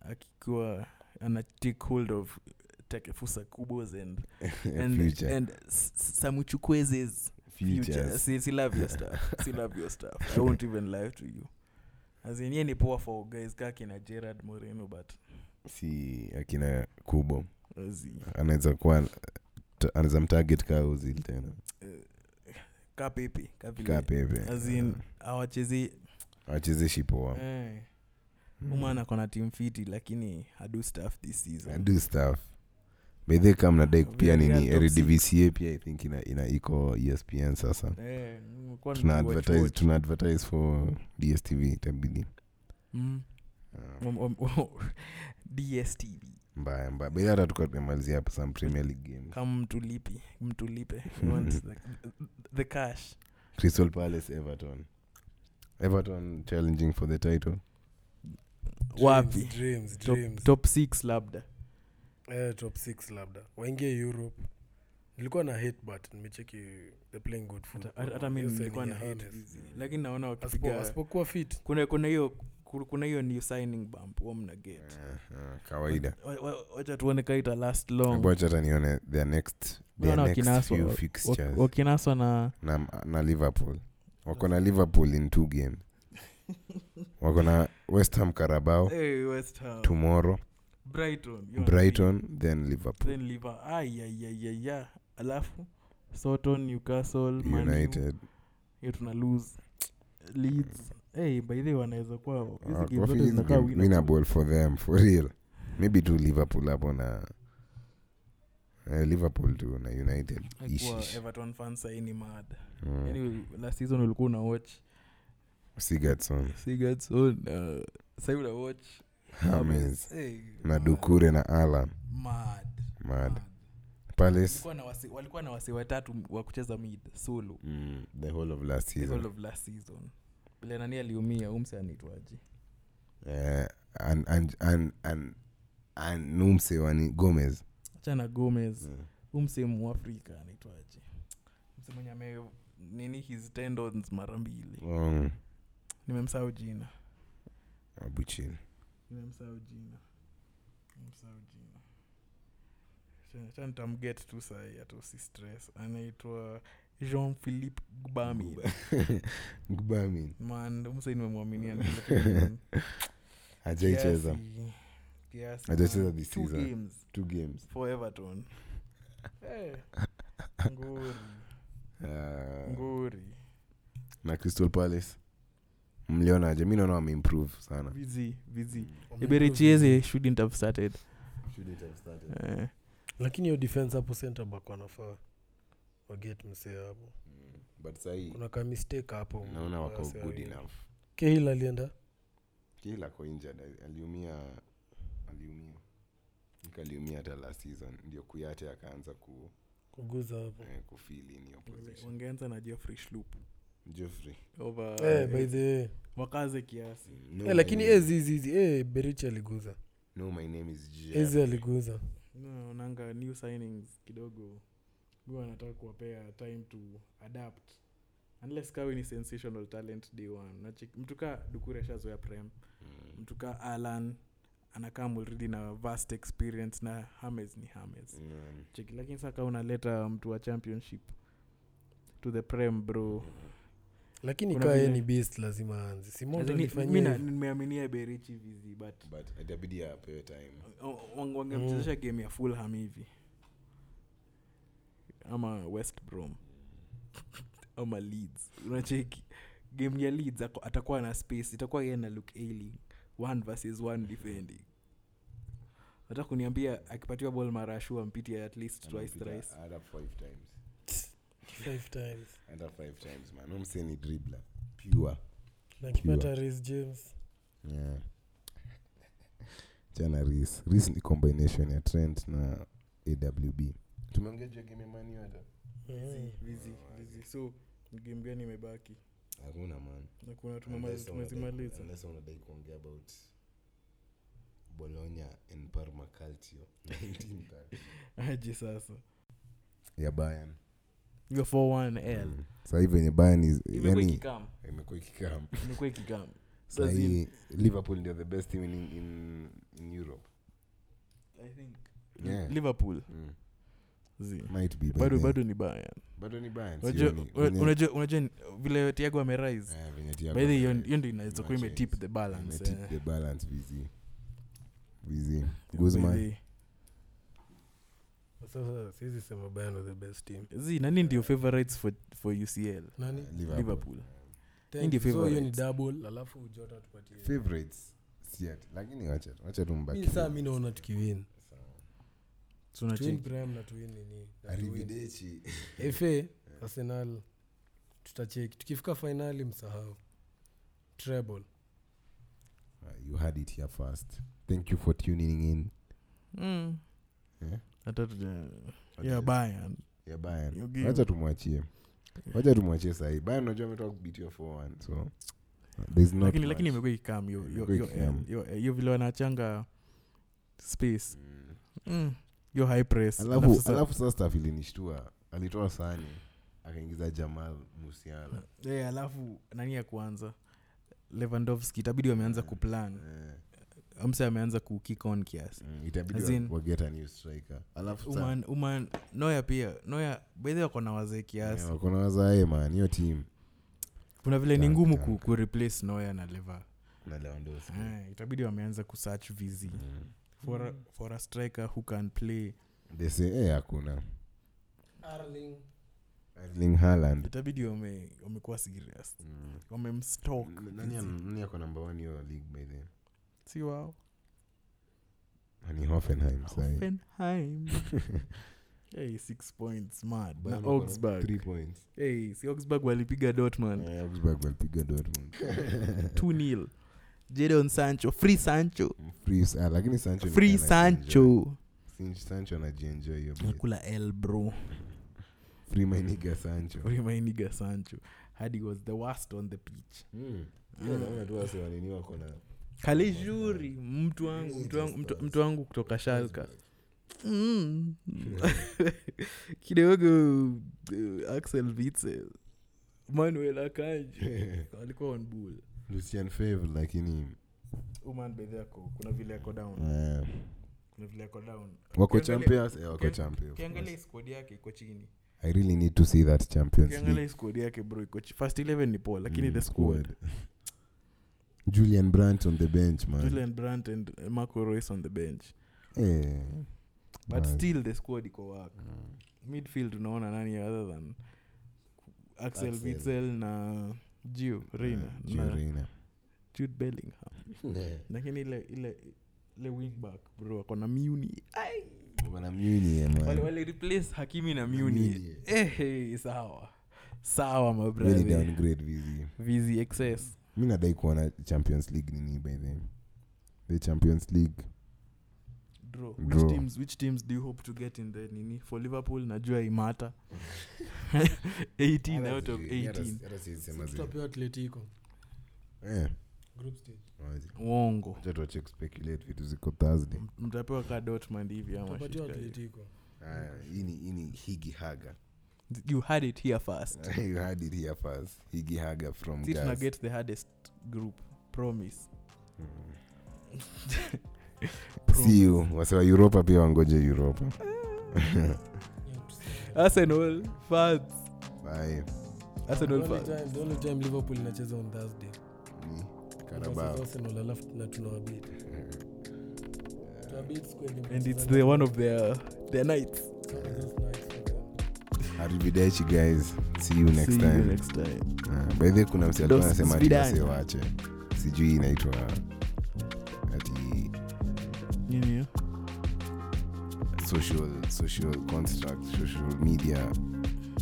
Speaker 3: akikuwa ana take hold of takefusa kubos and, and,
Speaker 2: future
Speaker 3: and s- s- samuchukwezes future.
Speaker 2: futures
Speaker 3: See, see, love your stuff. See, love your stuff. I won't even lie to you. As in, yeye ni poa for guys kakina Gerard Moreno but
Speaker 2: si akina kubo
Speaker 3: as in,
Speaker 2: anaweza kuwa t- anaweza mtarget kaa uzil tena
Speaker 3: ka pepe ka vile-
Speaker 2: kaa pepe
Speaker 3: as in Eh,
Speaker 2: Eh,
Speaker 3: awachezi
Speaker 2: awacheze shipoa Mm.
Speaker 3: uman akona tim fiti lakini hadu staff this
Speaker 2: I
Speaker 3: season
Speaker 2: do stuff bedhe kam nadai
Speaker 3: Ah,
Speaker 2: pia
Speaker 3: Villarreal
Speaker 2: nini
Speaker 3: top six.
Speaker 2: rdvca pia i think ina, ina iko E espn sasa
Speaker 3: Eh, nimekuwa
Speaker 2: tuna
Speaker 3: nikiwatch
Speaker 2: advertise,
Speaker 3: watch.
Speaker 2: tuna advertise for dstv itabidi
Speaker 3: Mm.
Speaker 2: Ah,
Speaker 3: Om- om- om- dstv
Speaker 2: mbaya mbaya bedhe hata tuka tumemalizia hapo some premier league game
Speaker 3: kama mtulipi mtulipe We want the, the cash
Speaker 2: crystal palace everton everton challenging for the title
Speaker 3: wapi
Speaker 4: dreams,
Speaker 3: top,
Speaker 4: dreams.
Speaker 3: top six labda
Speaker 4: Eh, top six labda waingie europe nilikuwa na hate but nimecheki the playing good
Speaker 3: Hata-
Speaker 4: football.
Speaker 3: hata hata mi
Speaker 4: Hiyo sign
Speaker 3: nilikuwa
Speaker 4: ya
Speaker 3: na hate
Speaker 4: Hames.
Speaker 3: hizi. lakini naona
Speaker 4: Asipo-
Speaker 3: wakipiga
Speaker 4: asipokuwa fit
Speaker 3: kuna kuna hiyo kuna hiyo new signing bump wa mna get
Speaker 2: Ah, ah, kawaida
Speaker 3: Wa- wa- wacha tuone kaita last long
Speaker 2: wacha hata nione their next, their
Speaker 3: Naona
Speaker 2: next
Speaker 3: wakinaswa-
Speaker 2: few
Speaker 3: wak-
Speaker 2: fixtures
Speaker 3: wakinaswa na
Speaker 2: na, na liverpool wako na liverpool in two games wako na westham carabao
Speaker 3: Hey, West Ham.
Speaker 2: tomorrow
Speaker 3: Brighton, you are
Speaker 2: brighton then
Speaker 3: free.
Speaker 2: liverpool
Speaker 3: Then Liver- Ai, ai, ai, ai, ai. alafu soton newcastle Man U.
Speaker 2: united
Speaker 3: hiyo tuna lose leeds hey, by the way wanaweza kuwa hizi
Speaker 2: Ah,
Speaker 3: game
Speaker 2: kwa
Speaker 3: zote
Speaker 2: hizi
Speaker 3: zinakaa
Speaker 2: game
Speaker 3: winnable.
Speaker 2: winnable for them for real maybe tu liverpool hapo na eh, liverpool tu na united Ish,
Speaker 3: Haikuwa
Speaker 2: ish.
Speaker 3: everton fans sahii ni mad
Speaker 2: Mm.
Speaker 3: Yaani last season ulikuwa una watch
Speaker 2: Sigurdsson,
Speaker 3: Sigurdsson, uh, sahii una watch
Speaker 2: James,
Speaker 3: Hey,
Speaker 2: na
Speaker 3: mad.
Speaker 2: dukure na alan
Speaker 3: Mad,
Speaker 2: mad
Speaker 3: mad.
Speaker 2: palace
Speaker 3: Walikuwa na wasi- walikuwa na wasi watatu wa kucheza mid solo
Speaker 2: mm, the whole of last
Speaker 3: the whole
Speaker 2: season
Speaker 3: of last season vile nani aliumia umse anaitwaje
Speaker 2: eh, an, an, an, an, an, numsewani gomez
Speaker 3: achana gomez
Speaker 2: Mm.
Speaker 3: huu msehemu afrika anaitwaje mse mwenye ame nini his tendons mara mbili
Speaker 2: Mm.
Speaker 3: nimemsahau jina
Speaker 2: abuchin
Speaker 3: nimemsahau jina nimemsahau jina Acha- acha nitamget tu sahi hata usi stress anaitwa jean philippe gbami
Speaker 2: gbamin
Speaker 3: man umsai nimemwaminia
Speaker 2: ajaicheza Hajacheza this season.
Speaker 3: games
Speaker 2: two games
Speaker 3: for everton Eh, nguri
Speaker 2: uh,
Speaker 3: nguri
Speaker 2: na crystal palace mlionaje mi naona wameimprove sana
Speaker 3: vizi vizi
Speaker 4: Wameimprove.
Speaker 3: eberechieze shouldn't have started Eh.
Speaker 4: lakini hiyo defense hapo center back wanafaa waget msee hapo
Speaker 2: Mm, but sahii
Speaker 4: kuna ka mistake hapo
Speaker 2: naona wako
Speaker 4: Wasee
Speaker 2: good
Speaker 4: wawili.
Speaker 2: enough
Speaker 4: Cahill alienda
Speaker 2: kila ako injured ali- aliumia aliumia Nick aliumia hata last season ndio kuyate akaanza ku
Speaker 4: kuguza hapo
Speaker 2: eh, kufeel in your position
Speaker 3: wangeanza na Geoffrey Schlupp
Speaker 2: Geoffrey
Speaker 3: over
Speaker 4: eh, by the way.
Speaker 3: wakaze kiasi
Speaker 2: no,
Speaker 4: eh, lakini
Speaker 2: my name-
Speaker 4: ezizizi eh, berichi aliguza
Speaker 2: no my name is Geoffrey.
Speaker 4: ezi aliguza
Speaker 3: No, nanga new signings kidogo huwa anataka kuwapea time to adapt unless kawe ni sensational talent day one Nachik- mtu kaa dukure ashazoea prem
Speaker 2: Mm,
Speaker 3: mtu kaa alan anakaa mridi na vast experience na hames ni hames
Speaker 2: mm,
Speaker 3: cheki lakini saka unaleta mtu wa championship to the prem bro
Speaker 4: lakini
Speaker 3: Kuna
Speaker 4: kaa yeye
Speaker 3: vile-
Speaker 4: ni beast lazima aanze simondo
Speaker 3: As in,
Speaker 4: alifanyia
Speaker 3: mi na-
Speaker 4: hivi.
Speaker 3: nimeaminia berichi vizi but
Speaker 2: but itabidi apewe time
Speaker 3: O- wange- wangemchezesha game ya fulham hivi ama west brom ama leeds unacheki game ya leeds ako- atakuwa na space itakuwa yeye na luk ailing one versus one defending hata kuniambia akipatiwa ball mara ashua mpitie at least twice
Speaker 2: Anapita
Speaker 3: thrice
Speaker 2: hata five times
Speaker 4: Five times
Speaker 2: hata five times man Huyu msee ni dribbler pure
Speaker 4: na akipata Reece james
Speaker 2: yeah. jana ris ris ni combination ya trent na awb tumeongea juu ya game ya Man U hata
Speaker 4: Mhm.
Speaker 3: Vizi, vizi. so game gani imebaki
Speaker 2: hakuna man
Speaker 3: na kuna
Speaker 2: Unless unadai-
Speaker 3: tumezimaliza
Speaker 2: unless unadai kuongea about bologna and parma calcio 1930
Speaker 3: aje sasa
Speaker 2: ya bayan
Speaker 3: Hiyo 4-1 L.
Speaker 2: sahii venye bayan is-
Speaker 3: imekuwa
Speaker 2: Mm. yani
Speaker 3: ikikam
Speaker 2: imekuwa ikikam
Speaker 3: imekuwa ikikam
Speaker 2: sahii liverpool ndio the best team in, in, in europe
Speaker 3: I think
Speaker 2: Yeah.
Speaker 3: liverpool
Speaker 2: mm.
Speaker 3: zi
Speaker 2: might be by
Speaker 3: bado
Speaker 2: then.
Speaker 3: bado ni baya
Speaker 2: bado ni bayan
Speaker 3: unajua una- unajua unajua ni- vile tiago amerise by the way, hiyo hiyo ndio inaweza kuwa
Speaker 2: Imagine.
Speaker 3: imetip the balance eh.
Speaker 2: the balance vizi vizi
Speaker 3: By
Speaker 2: guzman
Speaker 3: the-
Speaker 4: sasa siwezi sema bayano the best team
Speaker 3: zi nani ndio favorites for, for ucl
Speaker 4: nani
Speaker 3: liverpool
Speaker 4: Thank
Speaker 3: Ndio
Speaker 4: you. So hiyo ni
Speaker 3: favorites.
Speaker 4: double alafu jota tupatie
Speaker 2: favorites siat lakini wacha wacha
Speaker 4: mi saa mi
Speaker 2: tumbaki
Speaker 4: naona tukiwin
Speaker 3: So una
Speaker 4: tuwin
Speaker 3: check.
Speaker 4: prime na tuwin nini na tuwin
Speaker 2: arrivedechi
Speaker 4: fa arsenal tutacheki tukifika fainali msahau treble
Speaker 2: Uh, you had it here first. Thank you for tuning in.
Speaker 3: Mm.
Speaker 2: Yeah.
Speaker 3: hata tuja yeah bayern
Speaker 2: Yeah, Bayern.
Speaker 3: You give.
Speaker 2: Wacha tumwachie. Wacha tumwachie sahi. Bayern unajua ametoka kubeatiwa 4-1 so uh, there's not
Speaker 3: lakini
Speaker 2: much.
Speaker 3: lakini imekuwa ikikam hiyo- hiyo-
Speaker 2: Imekuwa
Speaker 3: hiyo
Speaker 2: ikikam.
Speaker 3: L, hiyo- hiyo eh, vile wanachanga space
Speaker 2: Mm.
Speaker 3: Mm. hiyo high press Alafu
Speaker 2: Alafu
Speaker 3: sasa-
Speaker 2: alafu sasa staff ilinishtua. Alitoa Sane akaingiza Jamal Musiala.
Speaker 3: yeah, Eh, alafu nani ya kuanza lewandowski itabidi wameanza kuplan
Speaker 2: Eh,
Speaker 3: amse ameanza kukik on kiasi
Speaker 2: mm, itabidi
Speaker 3: As in-
Speaker 2: wa- wa get a new striker. Alafu sasa-
Speaker 3: uman, uman noya pia noya bedhi wako na wazee kiasi
Speaker 2: Yeah, Eh, wako na wazae man hiyo team
Speaker 3: kuna vile ni
Speaker 2: Tank,
Speaker 3: ngumu ku,
Speaker 2: tank.
Speaker 3: ku replace noya na leva
Speaker 2: na Lewandowski.
Speaker 3: eh, itabidi wameanza kusearch vz
Speaker 2: Mm.
Speaker 3: for, a, for a striker who can play
Speaker 2: They say eh hakuna.
Speaker 4: arling
Speaker 2: Erling Haaland.
Speaker 3: itabidi wame- wamekuwa serious
Speaker 2: Mm.
Speaker 3: wamemstok
Speaker 2: N- Nani an- nani ako number 1 hiyo league by the way?
Speaker 3: si wao
Speaker 2: ni hoffenheim sahi.
Speaker 3: Hoffenheim. hey, six points mad na
Speaker 2: Bayern wako na
Speaker 3: augsburg
Speaker 2: three points.
Speaker 3: hey, si augsburg walipiga dortmund
Speaker 2: Eh, Augsburg walipiga Dortmund.
Speaker 3: 2-0. jadon sancho free sancho
Speaker 2: Free Sa- ah, lakini sancho ni
Speaker 3: free
Speaker 2: kinda anajienjoy.
Speaker 3: sancho
Speaker 2: Sin- sancho anajienjoy hiyo bit.
Speaker 3: nakula l bro
Speaker 2: free my nigga sancho
Speaker 3: remainiga sancho hadi was the worst on the pitch
Speaker 2: Mm. Pia naona tu wase wanini wako na-
Speaker 3: kalejuri mtu wangu mtu wangu, mtu, mtu wangu kutoka shalka mm. kidogo uh, axel vitzel manuel akanji walikuwa on Oh bull
Speaker 2: Lucien Favre, lakini
Speaker 3: uman bedhi ako kuna vile ako down
Speaker 2: Eh,
Speaker 3: kuna vile ako down
Speaker 2: wako
Speaker 3: Ukiangalia-
Speaker 2: champions eh, wako
Speaker 3: ukiang-
Speaker 2: champion of
Speaker 3: ukiangalia
Speaker 2: course.
Speaker 3: hii squad yake iko chini
Speaker 2: i really need to see that champions
Speaker 3: ukiangalia
Speaker 2: League mm,
Speaker 3: hii squad yake bro iko chi- first 11 ni poa lakini the squad
Speaker 2: squad julian brandt on the bench man
Speaker 3: julian brant and uh, marco royce on the bench
Speaker 2: Eh,
Speaker 3: but
Speaker 2: man.
Speaker 3: still the squad iko work
Speaker 2: Mm.
Speaker 3: midfield unaona nani other than axel
Speaker 2: Axel.
Speaker 3: witsel na gio reina
Speaker 2: Ah, Gio
Speaker 3: na
Speaker 2: Reyna.
Speaker 3: jude bellingham lakini ile ile ile wingback bro akona muni
Speaker 2: Bwana Muni, eh, man.
Speaker 3: Wali- walireplace hakimi na muni
Speaker 2: Muni,
Speaker 3: eh, hey, sawa sawa
Speaker 2: Really
Speaker 3: mabra
Speaker 2: downgrade VZ.
Speaker 3: vizi excess
Speaker 2: mi nadai kuona champions league nini by the the champions league
Speaker 3: draw
Speaker 2: Draw.
Speaker 3: which teams which teams do you hope to get in the nini for liverpool najua imata 18 out of 18
Speaker 4: tutapewa atletico
Speaker 2: Eh,
Speaker 4: group stage
Speaker 2: wazi.
Speaker 3: wongo
Speaker 2: Wacha tuache kuspeculate vitu ziko thursday
Speaker 3: mtapewa ka dortmund hivi ama
Speaker 4: tutapatiwa
Speaker 3: shit guy.
Speaker 4: atletico
Speaker 2: Haya, Ah, hii ni- hii ni higi haga
Speaker 3: you had it here first
Speaker 2: you had it here first higi haga from
Speaker 3: si tuna
Speaker 2: Jazz.
Speaker 3: get the hardest group promise
Speaker 2: see you wasewa Mm. europa pia wangoje europa
Speaker 3: arsenal fans
Speaker 2: bye
Speaker 3: arsenal
Speaker 4: The only
Speaker 3: fans
Speaker 4: time- the only time liverpool inacheza on thursday
Speaker 2: ni
Speaker 4: Versus
Speaker 2: karabao
Speaker 4: Arsenal, alafu na tunawabit Tunawabit siku yenye
Speaker 3: and it's
Speaker 4: Manchester
Speaker 3: the one of their their nights
Speaker 4: United is nice.
Speaker 2: arrivederci guys see you next
Speaker 3: see
Speaker 2: time
Speaker 3: you next time
Speaker 2: Ah, by the way, kuna msi alikuwa
Speaker 3: Dos
Speaker 2: anasema ati
Speaker 3: Vidal.
Speaker 2: wase wache sijui inaitwa ati
Speaker 3: nini hiyo?
Speaker 2: social social construct social media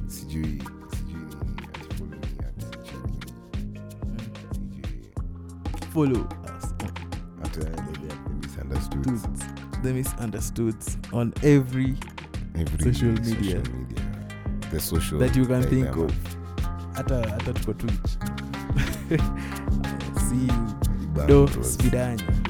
Speaker 2: sijui sijui nini ati follow me at sijui nini sijui eh,
Speaker 3: follow us on
Speaker 2: at the misunderstood
Speaker 3: dudes the misunderstoods on every
Speaker 2: every
Speaker 3: Social media.
Speaker 2: social media the social
Speaker 3: that you can think
Speaker 2: dilemma.
Speaker 3: of hata hata tuko twitch see you
Speaker 2: Ibang
Speaker 3: do
Speaker 2: Rose.
Speaker 3: spidanya